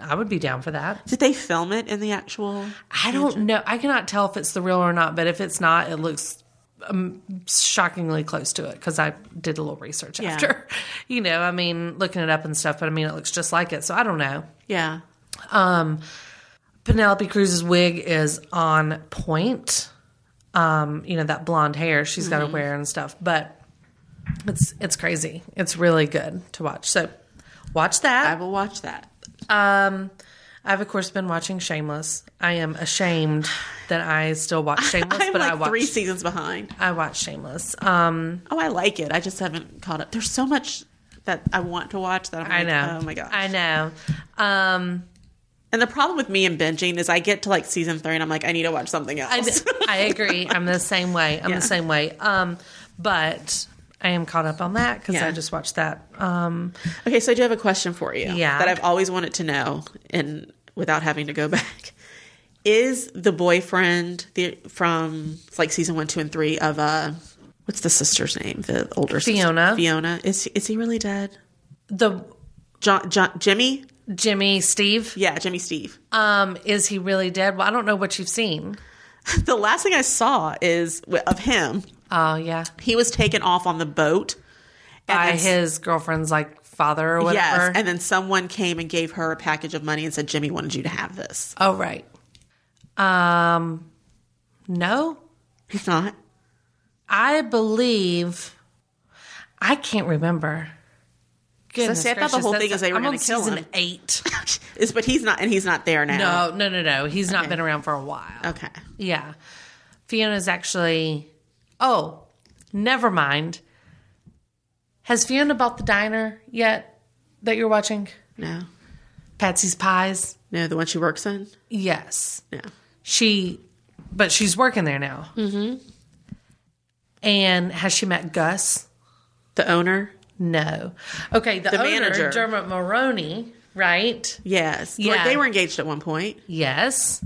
I would be down for that. Did they film it in the actual? I don't know. I cannot tell if it's the real or not, but if it's not, it looks um, shockingly close to it because I did a little research Yeah. after. You know, I mean, looking it up and stuff, but I mean, it looks just like it. So I don't know. Yeah. Penelope Cruz's wig is on point. Um, you know that blonde hair she's got Mm-hmm. to wear and stuff, but it's it's crazy. It's really good to watch. So watch that. I will watch that. Um, I've of course been watching Shameless. I am ashamed that I still watch Shameless, I'm but like I watch three seasons behind. I watch Shameless. Um, Oh, I like it. I just haven't caught up. There's so much that I want to watch that I'm I like, know. oh my gosh. I know. Um, And the problem with me and binging is I get to like season three and I'm like, I need to watch something I, else. I agree. I'm the same way. I'm Yeah. the same way. Um, but I am caught up on that because Yeah. I just watched that. Um, okay, so I do have a question for you. Yeah. That I've always wanted to know and without having to go back. Is the boyfriend the, from it's like season one, two, and three of uh what's the sister's name? The older sister. Fiona. Fiona. Is is he really dead? the John, John Jimmy? Jimmy Steve. Yeah, Jimmy Steve. Um, is he really dead? Well, I don't know what you've seen. The last thing I saw is of him. Oh yeah, He was taken off on the boat and by then- his girlfriend's like father or whatever. Yes, and then someone came and gave her a package of money and said, "Jimmy wanted you to have this." Oh right. Um no. He's not. I believe I can't remember. Goodness see, I thought the gracious, whole that's- thing is they were I'm gonna on kill season him. eight. Is but he's not, and he's not there now. No, no, no, no. He's not been around for a while. Okay. Yeah. Fiona's actually Oh, never mind. Has Fiona bought the diner yet that you're watching? No. Patsy's Pies? No, the one she works in. Yes. No. She, but she's working there now. Mm-hmm. And has she met Gus? The owner. No. Okay, the, The owner, manager. Dermot Maroney, right? Yes. Yeah. Like they were engaged at one point. Yes.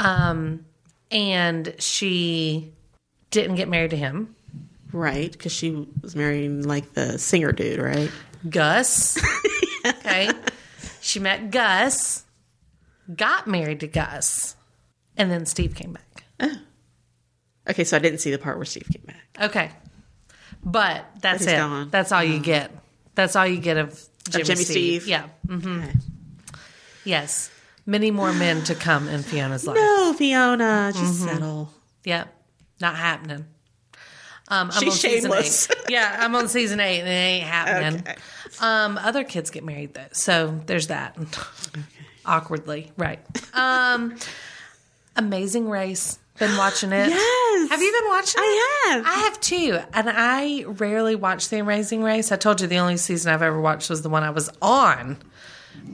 Um, and she didn't get married to him. Right, because she was marrying like the singer dude, right? Gus. Okay. She met Gus, got married to Gus, and then Steve came back. Okay, so I didn't see the part where Steve came back. Okay. But that's he's it. gone. Mm. That's all you get. That's all you get of Jimmy, Jimmy Steve. Steve. Yeah. Mhm. Okay. Yes. Many more men to come in Fiona's life. No, Oh, Fiona, just Mm-hmm. settle. Yep. Not happening. Um, I'm She's on season shameless. eight. Yeah, I'm on season eight and it ain't happening. Okay. Um, other kids get married though, so there's that. Awkwardly, right? Um, Amazing Race. Been watching it. Yes. Have you been watching? I it? have. I have too, and I rarely watch The Amazing Race. I told you the only season I've ever watched was the one I was on.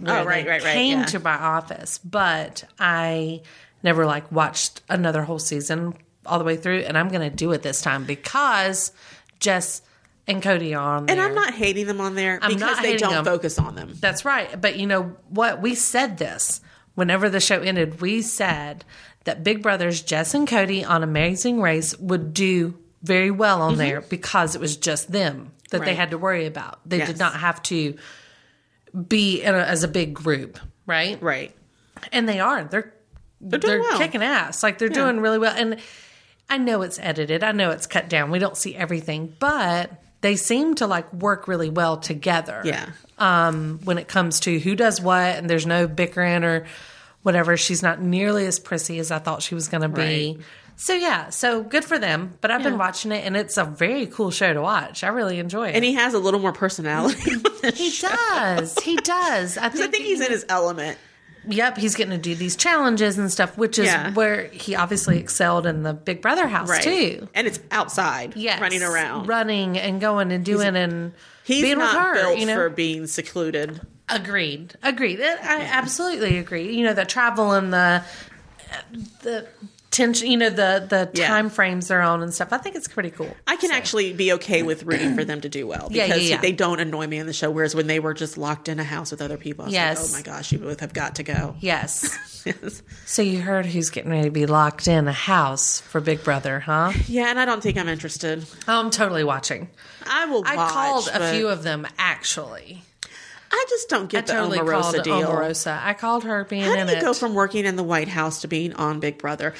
where Oh, right, they right, right, Came yeah. to my office, but I never like watched another whole season all the way through, and I'm going to do it this time because Jess and Cody are on And there. I'm not hating them on there I'm because not they hating don't them. focus on them. That's right. But you know what? We said this whenever the show ended. We said that Big Brothers Jess and Cody on Amazing Race would do very well on there because it was just them that they Mm-hmm. Right. had to worry about. They Yes. did not have to be in a, as a big group, right? Right. And they are. They're they're, doing well. kicking ass. Like they're doing really well. And I know it's edited. I know it's cut down. We don't see everything, but they seem to like work really well together Um, Yeah. when it comes to who does what and there's no bickering or whatever. She's not nearly as prissy as I thought she was going to be. So yeah, so good for them. But I've been watching it and it's a very cool show to watch. I really enjoy it. And he has a little more personality. he does. He does. I I think, think he's in his element. Yep, he's getting to do these challenges and stuff, which is Yeah. where he obviously excelled in the Big Brother house Right. too. And it's outside. Yes, Running around. running and going and doing and He's being not with her. built you know? for being secluded. Agreed. Agreed. I I absolutely agree. You know, the travel and the the tension, you know, the the Yeah. time frames they're on and stuff. I think it's pretty cool. I can actually be okay with rooting for them to do well Yeah, because yeah, yeah. they don't annoy me on the show. Whereas when they were just locked in a house with other people, I was Yes. like, oh my gosh, you both have got to go. Yes. Yes. so you heard who's getting ready to be locked in a house for Big Brother, huh? Yeah, and I don't think I'm interested. Oh, I'm totally watching. I will. I watch, called a but few of them actually. I just don't I get the totally Omarosa called deal. Omarosa. I called her being How in do you it. go from working in the White House to being on Big Brother?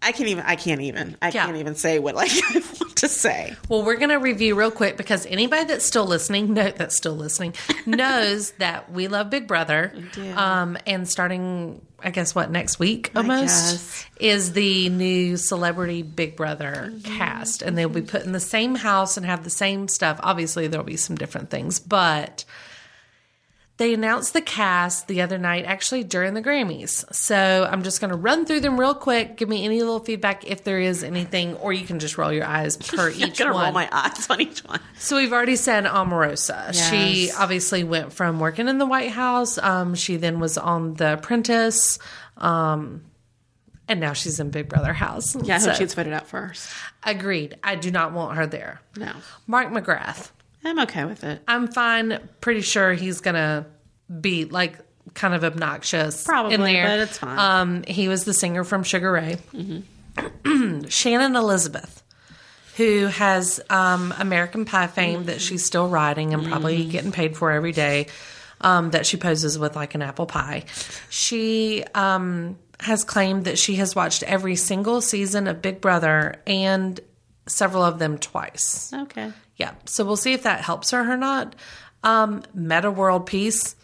I can't even. I can't even. I Yeah. can't even say what like, I want to say. Well, we're going to review real quick because anybody that's still listening, no, that's still listening, knows that we love Big Brother. Um, and starting, I guess, what next week guess. almost is the new Celebrity Big Brother Mm-hmm. cast, and they'll be put in the same house and have the same stuff. Obviously, there'll be some different things, but they announced the cast the other night, actually during the Grammys. So I'm just going to run through them real quick. Give me any little feedback if there is anything, or you can just roll your eyes per I'm each gonna one. roll my eyes on each one. So we've already said Omarosa. She obviously went from working in the White House. Um, she then was on The Apprentice. Um, and now she's in Big Brother House. Yeah, I hope So, she gets voted out first. agreed. I do not want her there. No, Mark McGrath. I'm okay with it. I'm fine. Pretty sure he's gonna be like kind of obnoxious. Probably, in there. but it's fine. Um, he was the singer from Sugar Ray. Mm-hmm. Shannon Elizabeth, who has um, American Pie fame that she's still riding and probably Mm-hmm. getting paid for every day. Um, that she poses with like an apple pie. She um, has claimed that she has watched every single season of Big Brother and several of them twice. Okay. Yeah. So we'll see if that helps her or not. Um, meta world peace.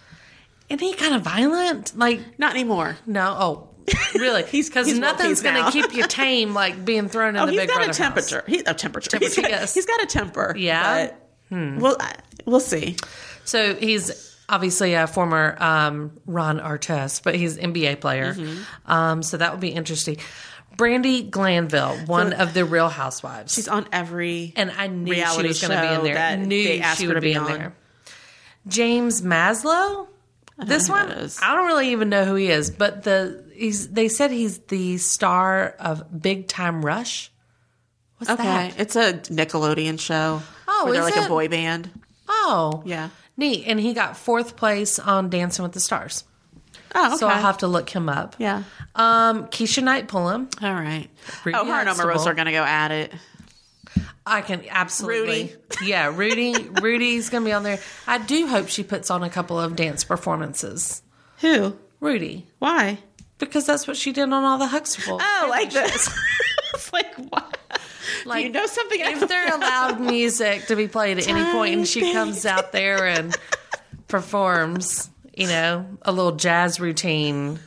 Isn't he kind of violent? Like, Not anymore. no. Oh, really? He's- Because he's world nothing's peace going now. to keep you tame like being thrown in Oh, the he's Big got Brother a house. temperature. He, a temperature. he's got, yes. he's got a temper. Yeah. Hmm. but We'll I, we'll see. So he's obviously a former um, Ron Artest, but he's an NBA player. Mm-hmm. Um, so that would be interesting. Brandy Glanville, one of the Real Housewives. She's on every and I knew she reality was going to be show in there. that they Knew asked she would her to be be in on. there. James Maslow. This one, is. I don't really even know who he is, but the he's they said he's the star of Big Time Rush. What's okay. that? It's a Nickelodeon show. Oh, where they're is like it? a boy band. Oh, Yeah. neat. And he got fourth place on Dancing with the Stars, Oh, okay. so I'll have to look him up. yeah. Um, Keisha Knight Pullum. All right. Oh, her and Reasonable. Omarosa are going to go at it. I can absolutely. Rudy. Yeah, Rudy. Rudy's gonna be on there. I do hope she puts on a couple of dance performances. Who? Rudy. Why? Because that's what she did on all the Huxtables. Oh, like this. it's like what? Like, you know something I If don't they're know? allowed music to be played at any point, and she comes out there and performs, you know, a little jazz routine.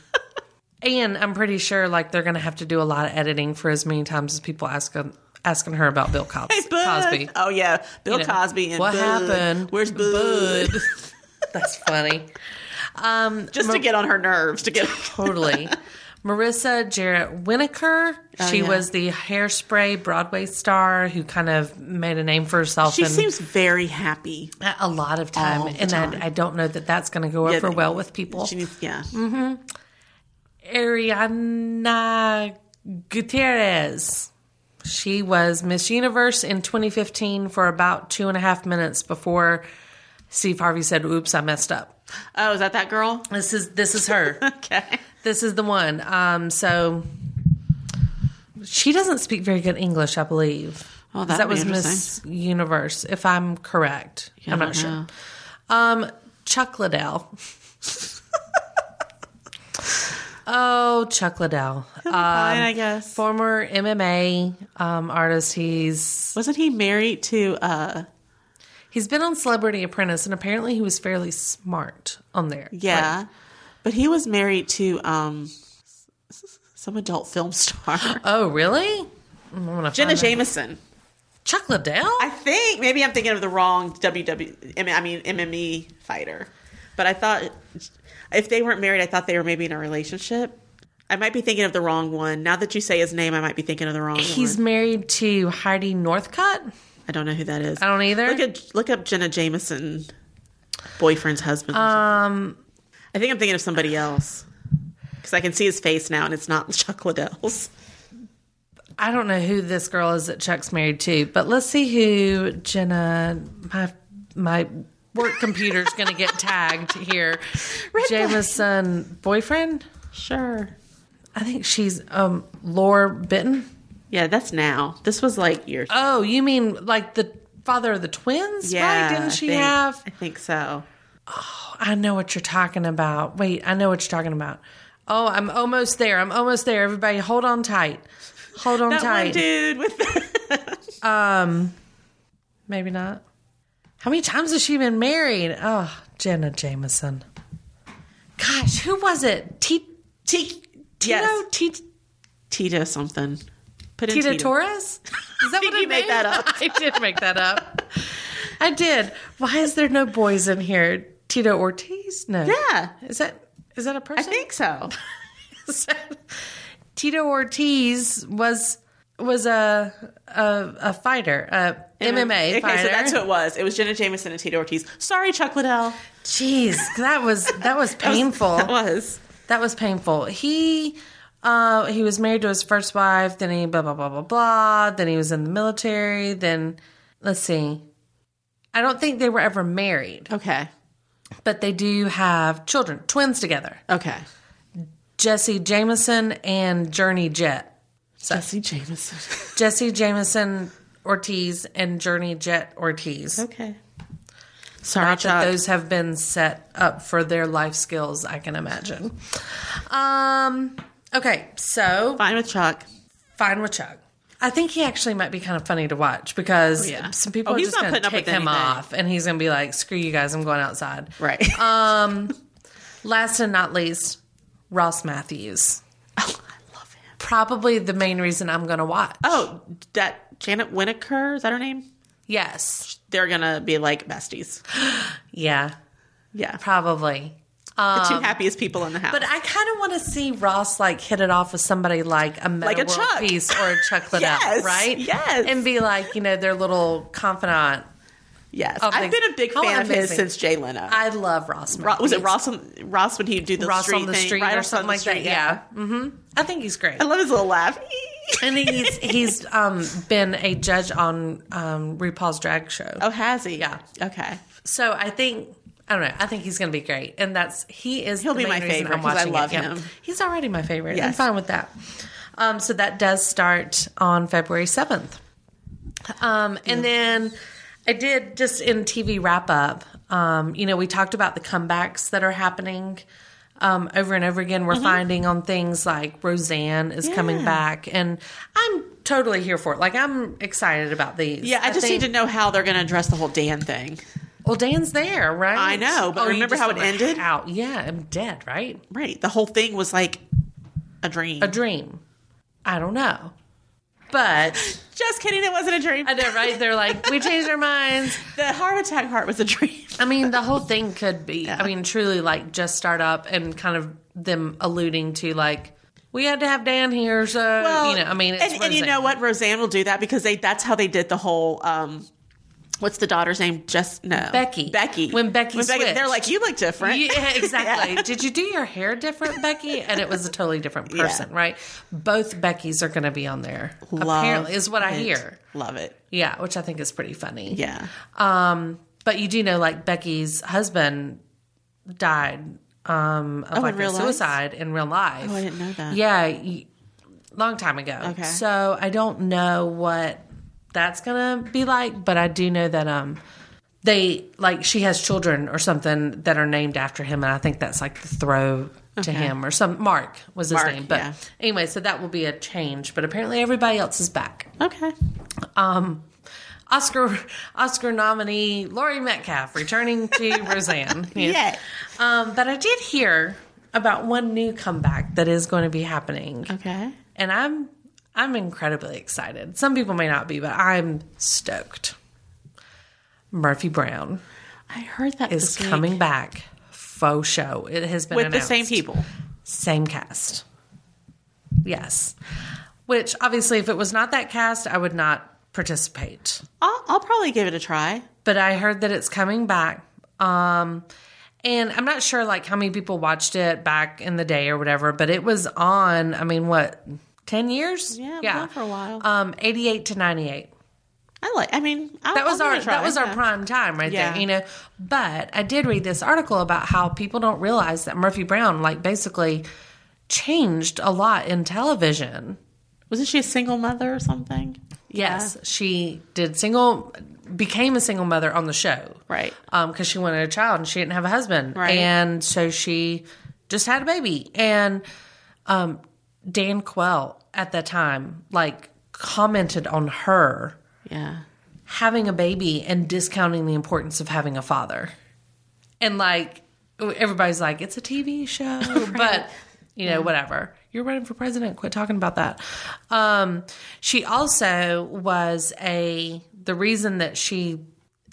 And I'm pretty sure, like, they're going to have to do a lot of editing for as many times as people ask um, asking her about Bill Cos- Bud. Cosby. Oh yeah, Bill You know, Cosby and what Bud. happened? Where's Bud? Bud. That's funny. Just to get on her nerves. To get Totally. Marissa Jarrett Winokur. she Oh, yeah. was the hairspray Broadway star who kind of made a name for herself. She and- seems very happy. a a lot of time, All the and time. I, I don't know that that's going to go over but- Mm. well with people. She needs, yeah. Ariana Gutierrez. She was Miss Universe in 2015 for about two and a half minutes before Steve Harvey said, "Oops, I messed up." Oh, is that that girl? This is this is her. Okay. this is the one. Um, so she doesn't speak very good English, I believe. Oh, that, that'd be was Miss Universe, if I'm correct. I'm I not don't know. sure. Um, Chuck Liddell. oh, Chuck Liddell, Fine, Um, I guess. former MMA um, artist. He's Wasn't he married to uh he's been on Celebrity Apprentice, and apparently he was fairly smart on there. yeah. but he was married to um s- s- some adult film star. Oh, really? I'm gonna Jenna find out. Jameson. Chuck Liddell. I think maybe I'm thinking of the wrong WW I mean- I mean MMA fighter. But I thought if they weren't married, I thought they were maybe in a relationship. I might be thinking of the wrong one. Now that you say his name, I might be thinking of the wrong He's one. married to Heidi Northcott. I don't know who that is. I don't either. Look at look up Jenna Jameson, boyfriend's husband. or Um, something. I think I'm thinking of somebody else because I can see his face now, and it's not Chuck Liddell's. I don't know who this girl is that Chuck's married to, but let's see who Jenna. My my work computer's gonna get tagged here. Jameson boyfriend. Sure. I think she's um Laura Bitten. Yeah, that's now. This was like years. Oh, you mean like the father of the twins? yeah, right? Didn't I she think- have? oh, I think so. I know what you're talking about. Wait, I know what you're talking about. Oh, I'm almost there. I'm almost there. Everybody, hold on tight. Hold on That tight. one dude with Maybe not. How many times has she been married? Oh, Jenna Jameson. Gosh, who was it? T- T- Tito? yes, T- Tito something. Put in Tita Tito. Torres? Is that think what you made that up. I did make that up. I did. Why is there no boys in here? Tito Ortiz? No. Yeah, Is that is that a I person? think so. Tito Ortiz was was a a, a fighter, a MMA Okay, fighter. so that's who it was. It was Jenna Jameson and Tito Ortiz. Sorry, Chuck Liddell. Jeez, that was that was painful. That was. That was painful. He uh he was married to his first wife, then he blah blah blah blah blah, then he was in the military, then let's see. I don't think they were ever married, Okay. but they do have children, twins together. Okay. Jesse Jameson and Journey Jet. Jesse Jameson. Jesse Jameson Ortiz and Journey Jet Ortiz. Okay. Sorry, Not that Chuck. those have been set up for their life skills, I can imagine. Um okay, so Fine with Chuck. fine with Chuck. I think he actually might be kind of funny to watch because Oh, yeah. some people Oh, are he's just not going to putting take up with him anything. off, and he's going to be like, "Screw you guys, I'm going outside." Right. Uh, Last and not least, Ross Matthews, oh, I love him. probably the main reason I'm going to watch. Oh, that Janet Winokur, is that her name? yes, They're going to be like besties. yeah, Yeah. probably. the two happiest people in the house. But I kind of want to see Ross like hit it off with somebody like a Meta Like a World Chuck. Peace or a Chuck Liddell, Yes, right? yes. and be like you know their little confidant. yes. I'll I've think- been a big I wanna fan of his mix it. since Jay Leno. I love Ross. Ro- was it Matthews. Ross on, Ross when he do the Uh, Ross street on the thing? street Right, or Ross on something the like street, Mm-hmm. that. Yeah. hmm I think he's great. I love his little laugh. and he's he's um, been a judge on um, RuPaul's drag show. oh, has he? Yeah. Okay. So I think I don't know. I think he's going to be great, and that's he is. He'll the be main my reason favorite I'm 'cause I watching it. love Yeah. him. He's already my favorite. I'm Yes. fine with that. Um, so that does start on February seventh, um, and then I did just in TV wrap up. Um, you know, we talked about the comebacks that are happening. Um, over and over again, we're Mm-hmm. finding on things like Roseanne is coming back, and I'm totally here for it. Like I'm excited about these. Yeah, I, just think- need to know how they're going to address the whole Dan thing. well, Dan's there, right? I know, but you remember just how it went ended? Out. Yeah, I'm dead, right? Right. The whole thing was like a dream. A dream. I don't know. But Just kidding. It wasn't a dream. I know, right? They're like, we changed our minds. The heart attack heart was a dream. I mean, the whole thing could be, I mean, truly like just start up and kind of them alluding to like, we had to have Dan here. So, you know, I mean, it's and, and you Roseanne. know what? Roseanne will do that because they that's how they did the whole um, What's the daughter's name? Just no. Becky. Becky. When Becky they're switched. like, you look different. Yeah, exactly. Did you do your hair different, Becky? And it was a totally different person, right? Both Beckys are going to be on there. Love apparently, is what I it. hear. Love it. Yeah, which I think is pretty funny. Yeah. Um, but you do know, like Becky's husband died um, of Oh, in like a real life? suicide in real life. Oh, I didn't know that. Yeah, y- long time ago. Okay. So I don't know what that's gonna be like, but I do know that um they like she has children or something that are named after him, and I think that's like the throw to him or some Mark was his Mark, name. But yeah. anyway, so that will be a change. But apparently everybody else is back. Okay. Um, Oscar Oscar nominee Laurie Metcalf returning to Roseanne. Yay. Um, but I did hear about one new comeback that is going to be happening, Okay. and I'm I'm incredibly excited. Some people may not be, but I'm stoked. Murphy Brown I heard that is this week. coming back. Faux show. It has been with announced. the same people. Same cast. Yes. Which obviously, if it was not that cast, I would not participate. I'll, I'll probably give it a try. but I heard that it's coming back. Um, and I'm not sure like how many people watched it back in the day or whatever, but it was on. I mean, what ten years? Yeah, it was on for a while. Um, eighty eight to ninety eight. I like. I mean, I'll, That was I'll give our it a try. that was our Yeah. prime time right Oh, Yeah. there, you know. But I did read this article about how people don't realize that Murphy Brown like basically changed a lot in television. Wasn't she a single mother or something? Yes, she did single became a single mother on the show. Right. because Um, she wanted a child and she didn't have a husband, Right. and so she just had a baby. And um, Dan Quell at that time like commented on her Yeah. having a baby and discounting the importance of having a father, and like everybody's like, it's a TV show, but you know whatever. You're running for president. Quit talking about that. Um, she also was a the reason that she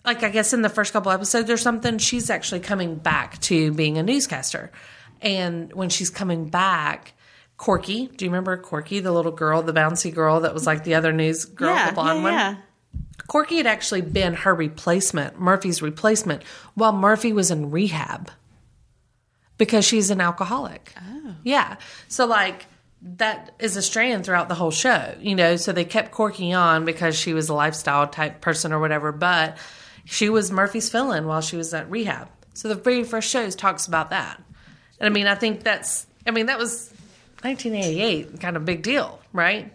like I guess in the first couple episodes or something, she's actually coming back to being a newscaster. And when she's coming back, Corky, do you remember Corky, the little girl, the bouncy girl that was like the other news girl, yeah. the blonde yeah, one? yeah. Corky had actually been her replacement, Murphy's replacement, while Murphy was in rehab because she's an alcoholic. Oh. Yeah. So, like, that is a strand throughout the whole show, you know? So they kept Corky on because she was a lifestyle type person or whatever, but she was Murphy's fill in while she was at rehab. So the very first shows talks about that. And I mean, I think that's, I mean, that was 1988, kind of big deal, right?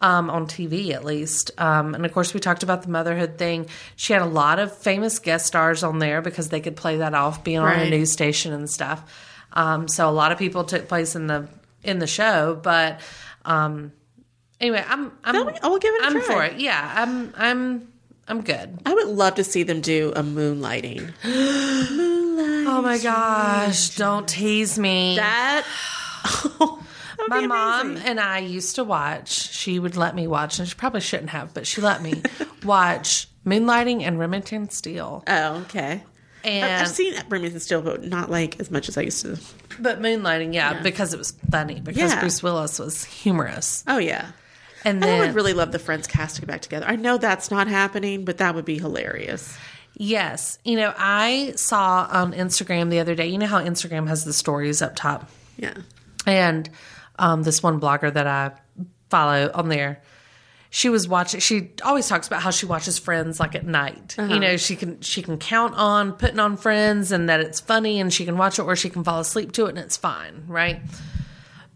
Um, on TV, at least. Um, and of course, we talked about the motherhood thing. She had a lot of famous guest stars on there because they could play that off being on a Right. news station and stuff. Um, so a lot of people took place in the in the show, but um, anyway, I'm I'm Then we- I will Oh, give it a I'm try. for it. Yeah, I'm I'm I'm good. I would love to see them do a moonlighting. Oh my gosh, don't tease me. That. my mom and I used to watch. She would let me watch, and she probably shouldn't have, but she let me watch Moonlighting and Remington Steel. Oh, okay. And I've, I've seen Remington Steel, but not like as much as I used to. but Moonlighting, yeah, because it was funny because Yeah. Bruce Willis was humorous, Oh yeah. and And then I would really love the Friends cast to get back together. I know that's not happening, but that would be hilarious. yes, you know, I saw on Instagram the other day. You know how Instagram has the stories up top. Yeah. And um, this one blogger that I follow on there, she was watching. She always talks about how she watches Friends like at night. You know, she can she can count on putting on Friends and that it's funny, and she can watch it or she can fall asleep to it and it's fine, right?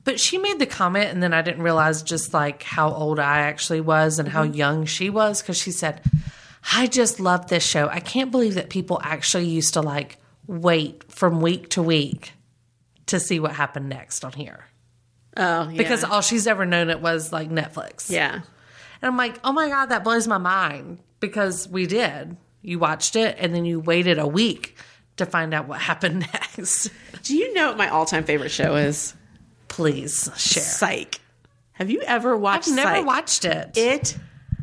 But she made the comment, and then I didn't realize just like how old I actually was and how young she was because she said, I just love this show. I can't believe that people actually used to like wait from week to week to see what happened next on here Oh yeah. because all she's ever known it was like Netflix. yeah. And I'm like, oh my God, that blows my mind because we did. You watched it and then you waited a week to find out what happened next. Do you know what my all-time favorite show is? Please share. Psych. Have you ever I've watched? never Psych? watched it. it.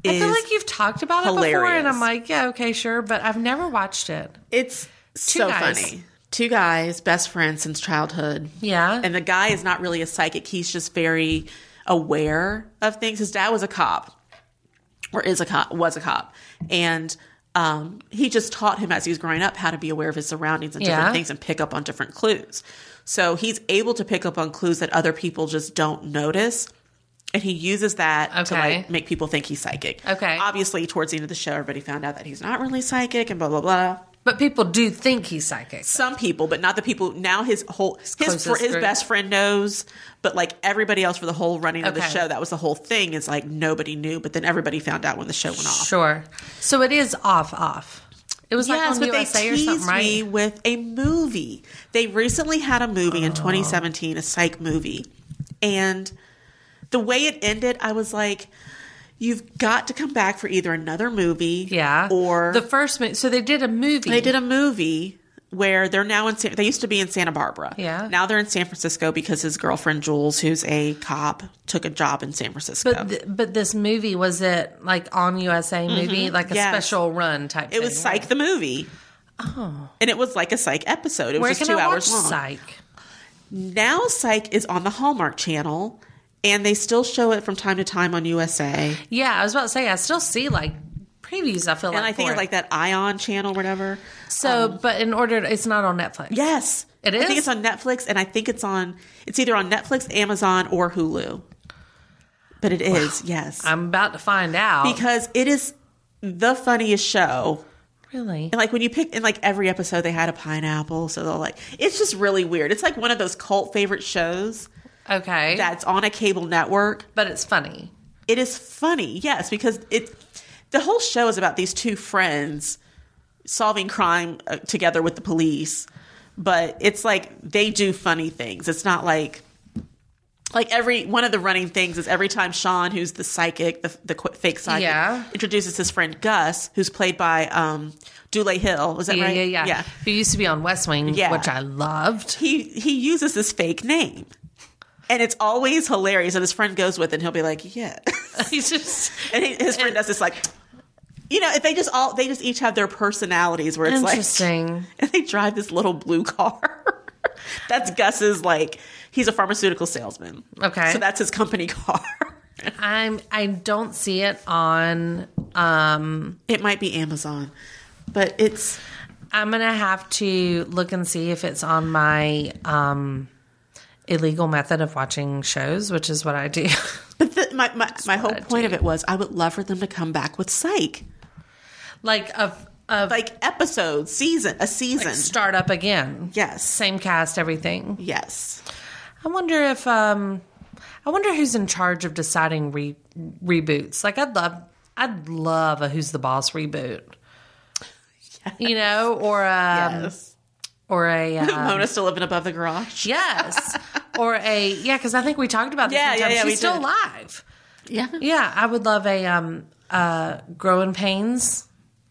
I feel like you've talked about it before and hilarious. I'm like, yeah, okay, sure, but I've never watched it. It's so guys. funny. Two guys, best friends since childhood. Yeah. And the guy is not really a psychic. He's just very aware of things. His dad was a cop, or is a cop, was a cop, and Um, he just taught him as he was growing up how to be aware of his surroundings and different Yeah. things and pick up on different clues. So he's able to pick up on clues that other people just don't notice. And he uses that to Okay. like make people think he's psychic. Okay. Obviously, towards the end of the show, everybody found out that he's not really psychic and blah blah blah. But people do think he's psychic. Some people, but not the people. Now his whole his his, closest fr- his group. best friend knows, but like everybody else for the whole running of the Okay. show, that was the whole thing. Is like nobody knew, but then everybody found out when the show went off. Sure. So it is off, off. It was Yes, like on but USA they or teased something, right? me with a movie. They recently had a movie Oh. in 2017, a psych movie, and the way it ended, I was like, "You've got to come back for either another movie, Yeah. or the first movie. So they did a movie. they did a movie." Where they're now in, San- they used to be in Santa Barbara. Yeah. Now they're in San Francisco because his girlfriend Jules, who's a cop, took a job in San Francisco. But th- but this movie was it like on USA movie, like a Mm-hmm. Yes. special run type. it was thing, Psych right? the movie. Oh. And it was like a Psych episode. It was Where just can two I hours watch long. Psych? Now Psych is on the Hallmark Channel, and they still show it from time to time on USA. Yeah, I was about to say I still see like previews. I feel like And I think for it's it. like that Ion Channel, whatever. so. but in order, to, it's not on Netflix. Yes, It I think is? it's on Netflix, and I think it's on. It's either on Netflix, Amazon, or Hulu. But it is yes, I'm about to find out. because it is the funniest show. really, And like when you pick in like every episode, they had a pineapple, so they'll like. It's just really weird. It's like one of those cult favorite shows okay, that's on a cable network. but it's funny. it is funny yes because it the whole show is about these two friends solving crime uh, together with the police but it's like they do funny things it's not like like every one of the running things is every time Sean, who's the psychic, the, the qu- fake psychic, Yeah. introduces his friend Gus, who's played by um, Dule Hill. Is that Yeah, right? yeah, yeah, Yeah. Who used to be on West Wing, Yeah. which I loved. He he uses this fake name, and it's always hilarious. And his friend goes with, it and he'll be like, "Yeah." He's just And he, his friend does this like, you know, if they just all they just each have their personalities where it's like, interesting. and they drive this little blue car. that's Gus's like he's a pharmaceutical salesman. Okay. so that's his company car. I'm. I don't see it on. Um, it might be Amazon, but it's I'm gonna have to look and see if it's on my um, illegal method of watching shows, which is what I do. but the, my my, my whole point of it was I would love for them to come back with Psych like of of like episodes, season a season. start up again. yes, Same cast, everything. yes. I wonder if um, I wonder who's in charge of deciding re- reboots. Like I'd love, I'd love a Who's the Boss reboot. You know, or a yes. or a um, Mona's still living above the garage. yes, or a yeah. Because I think we talked about this. Yeah, one yeah, time. yeah, She's we still did. alive. Yeah. Yeah, I would love a um, uh, Growing Pains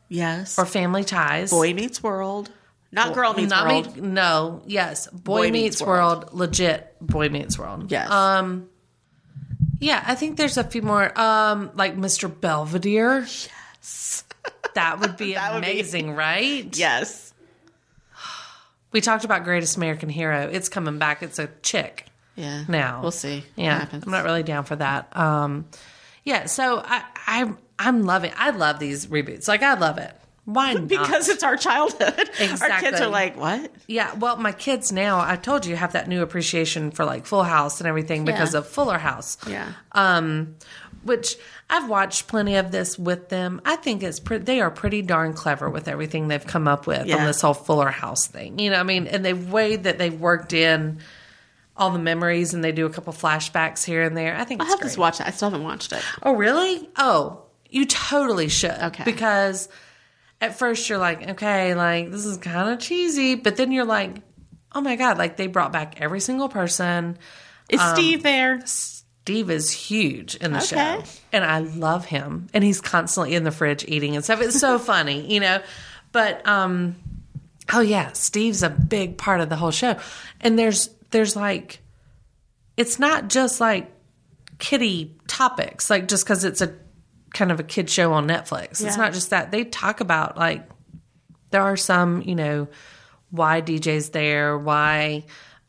Yes. or Family Ties. Boy Meets World. Not Girl Meets Not World. me- no, yes, Boy, Meets, World. legit Boy Meets World. Yes. Um, yeah, I think there's a few more, um, like Mr. Belvedere. Yes, that would be That would be- amazing, right? yes. We talked about Greatest American Hero. It's coming back. It's a chick. Yeah. now. We'll see. what Yeah, happens. I'm not really down for that. Um, yeah, so I, I I'm loving. I love these reboots. Like I love it. Why not? because it's our childhood. Our kids Exactly. are like, what? yeah, well, my kids now. I told you have that new appreciation for like Full House and everything because Yeah. of Fuller House. Yeah. Um, which I've watched plenty of this with them. I think it's pre- they are pretty darn clever with everything they've come up with on Yeah. this whole Fuller House thing. You know, I mean, and the way that they've worked in all the memories and they do a couple flashbacks here and there. I think I it's have great. to watch it. I still haven't watched it. Oh, really? Oh, you totally should. Okay. Because at first you're like, okay, like this is kind of cheesy, but then you're like, oh my god, like they brought back every single person. Is Steve there? Steve is huge in the Okay. show, and I love him, and he's constantly in the fridge eating and stuff. It's so funny, you know. But um, oh yeah, Steve's a big part of the whole show, and there's there's like, it's not just like kitty topics, like just because it's a kind of a kid show on Netflix. It's Yeah. not just that they talk about like there are some, you know, why DJ's there, why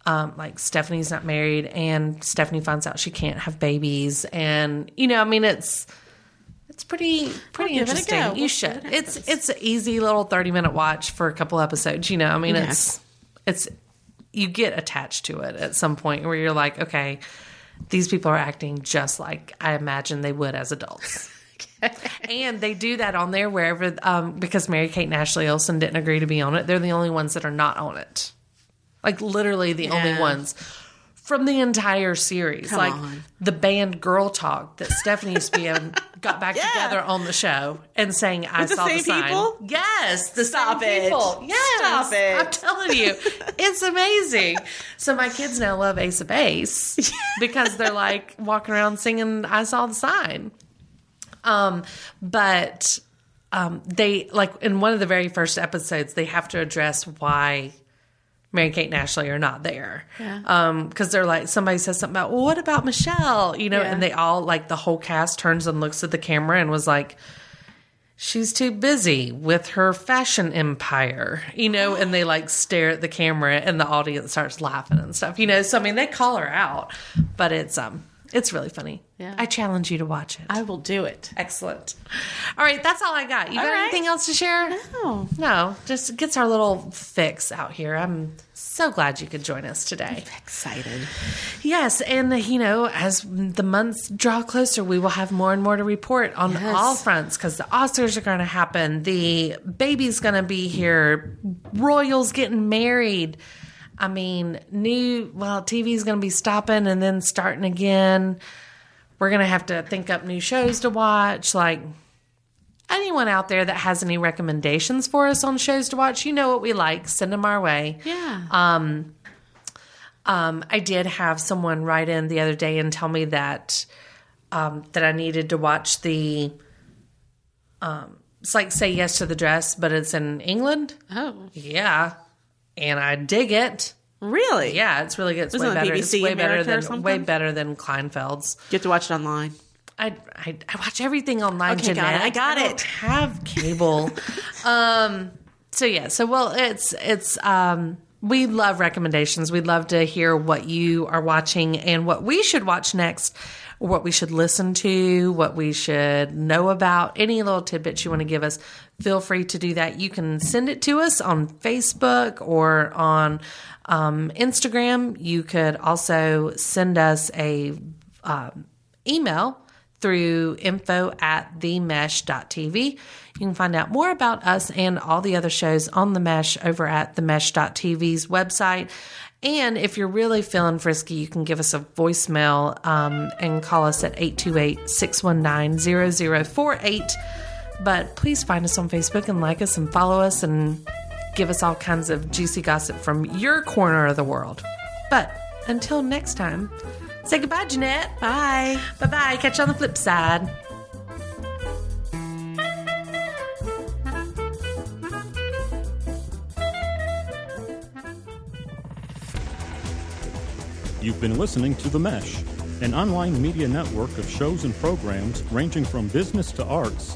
um, like Stephanie's not married, and Stephanie finds out she can't have babies, and you know, I mean, it's It's pretty pretty We'll give it a interesting. go. You We'll see should. what It's it's an easy little thirty minute watch for a couple episodes. You know, I mean, Yeah. it's it's you get attached to it at some point where you're like, okay, these people are acting just like I imagine they would as adults. and they do that on there wherever um, because Mary Kate and Ashley Olsen didn't agree to be on it. They're the only ones that are not on it. Like literally the only Yeah. ones from the entire series. like on. the band Girl Talk that Stephanie used to be on got back together on the show and saying I the saw same the sign. people? Yes, the Stop same it. people. Yes, Stop it. I'm telling you, it's amazing. so my kids now love Ace of Base because they're like walking around singing I saw the sign. Um, but um, they like in one of the very first episodes, they have to address why Mary Kate and Ashley are not there. Because they're like, somebody says something about, well, what about Michelle? You know, and they all, like, the whole cast turns and looks at the camera and was like, she's too busy with her fashion empire, you know, and they like stare at the camera and the audience starts laughing and stuff, you know. So, I mean, they call her out, but it's, um, it's really funny. Yeah. I challenge you to watch it. I will do it. Excellent. All right, that's all I got. You got right. anything else to share? Oh, No, just gets our little fix out here. I'm so glad you could join us today. excited. Yes, and uh, you know, as the months draw closer, we will have more and more to report on all fronts because the Oscars are going to happen, the baby's going to be here, royals getting married. I mean, new well, TV's going to be stopping and then starting again. We're going to have to think up new shows to watch, like anyone out there that has any recommendations for us on shows to watch, you know what we like, send them our way. Yeah. Um, I did have someone write in the other day and tell me that um, that I needed to watch the. Um, it's like say yes to the dress, but it's in England. oh, Yeah, and I dig it. really? Yeah, it's really good. It's Was it way on better. it's BBC way better America or than way something? better than Kleinfeld's. You have to watch it online. I, I I watch everything online. Okay, got it. Jeanette. I got don't it. have cable. um. So yeah. So well, it's it's um. We love recommendations. We'd love to hear what you are watching and what we should watch next, or what we should listen to, what we should know about. Any little tidbits you want to give us, feel free to do that. You can send it to us on Facebook or on um, Instagram. You could also send us a um, email through info at themesh.tv. You can find out more about us and all the other shows on The Mesh over at themesh.tv's website. And if you're really feeling frisky, you can give us a voicemail um, and call us at 828 619 0048. But please find us on Facebook and like us and follow us and give us all kinds of juicy gossip from your corner of the world. But until next time, say goodbye, Jeanette. Bye. Bye bye. Catch you on the flip side. You've been listening to The Mesh, an online media network of shows and programs ranging from business to arts,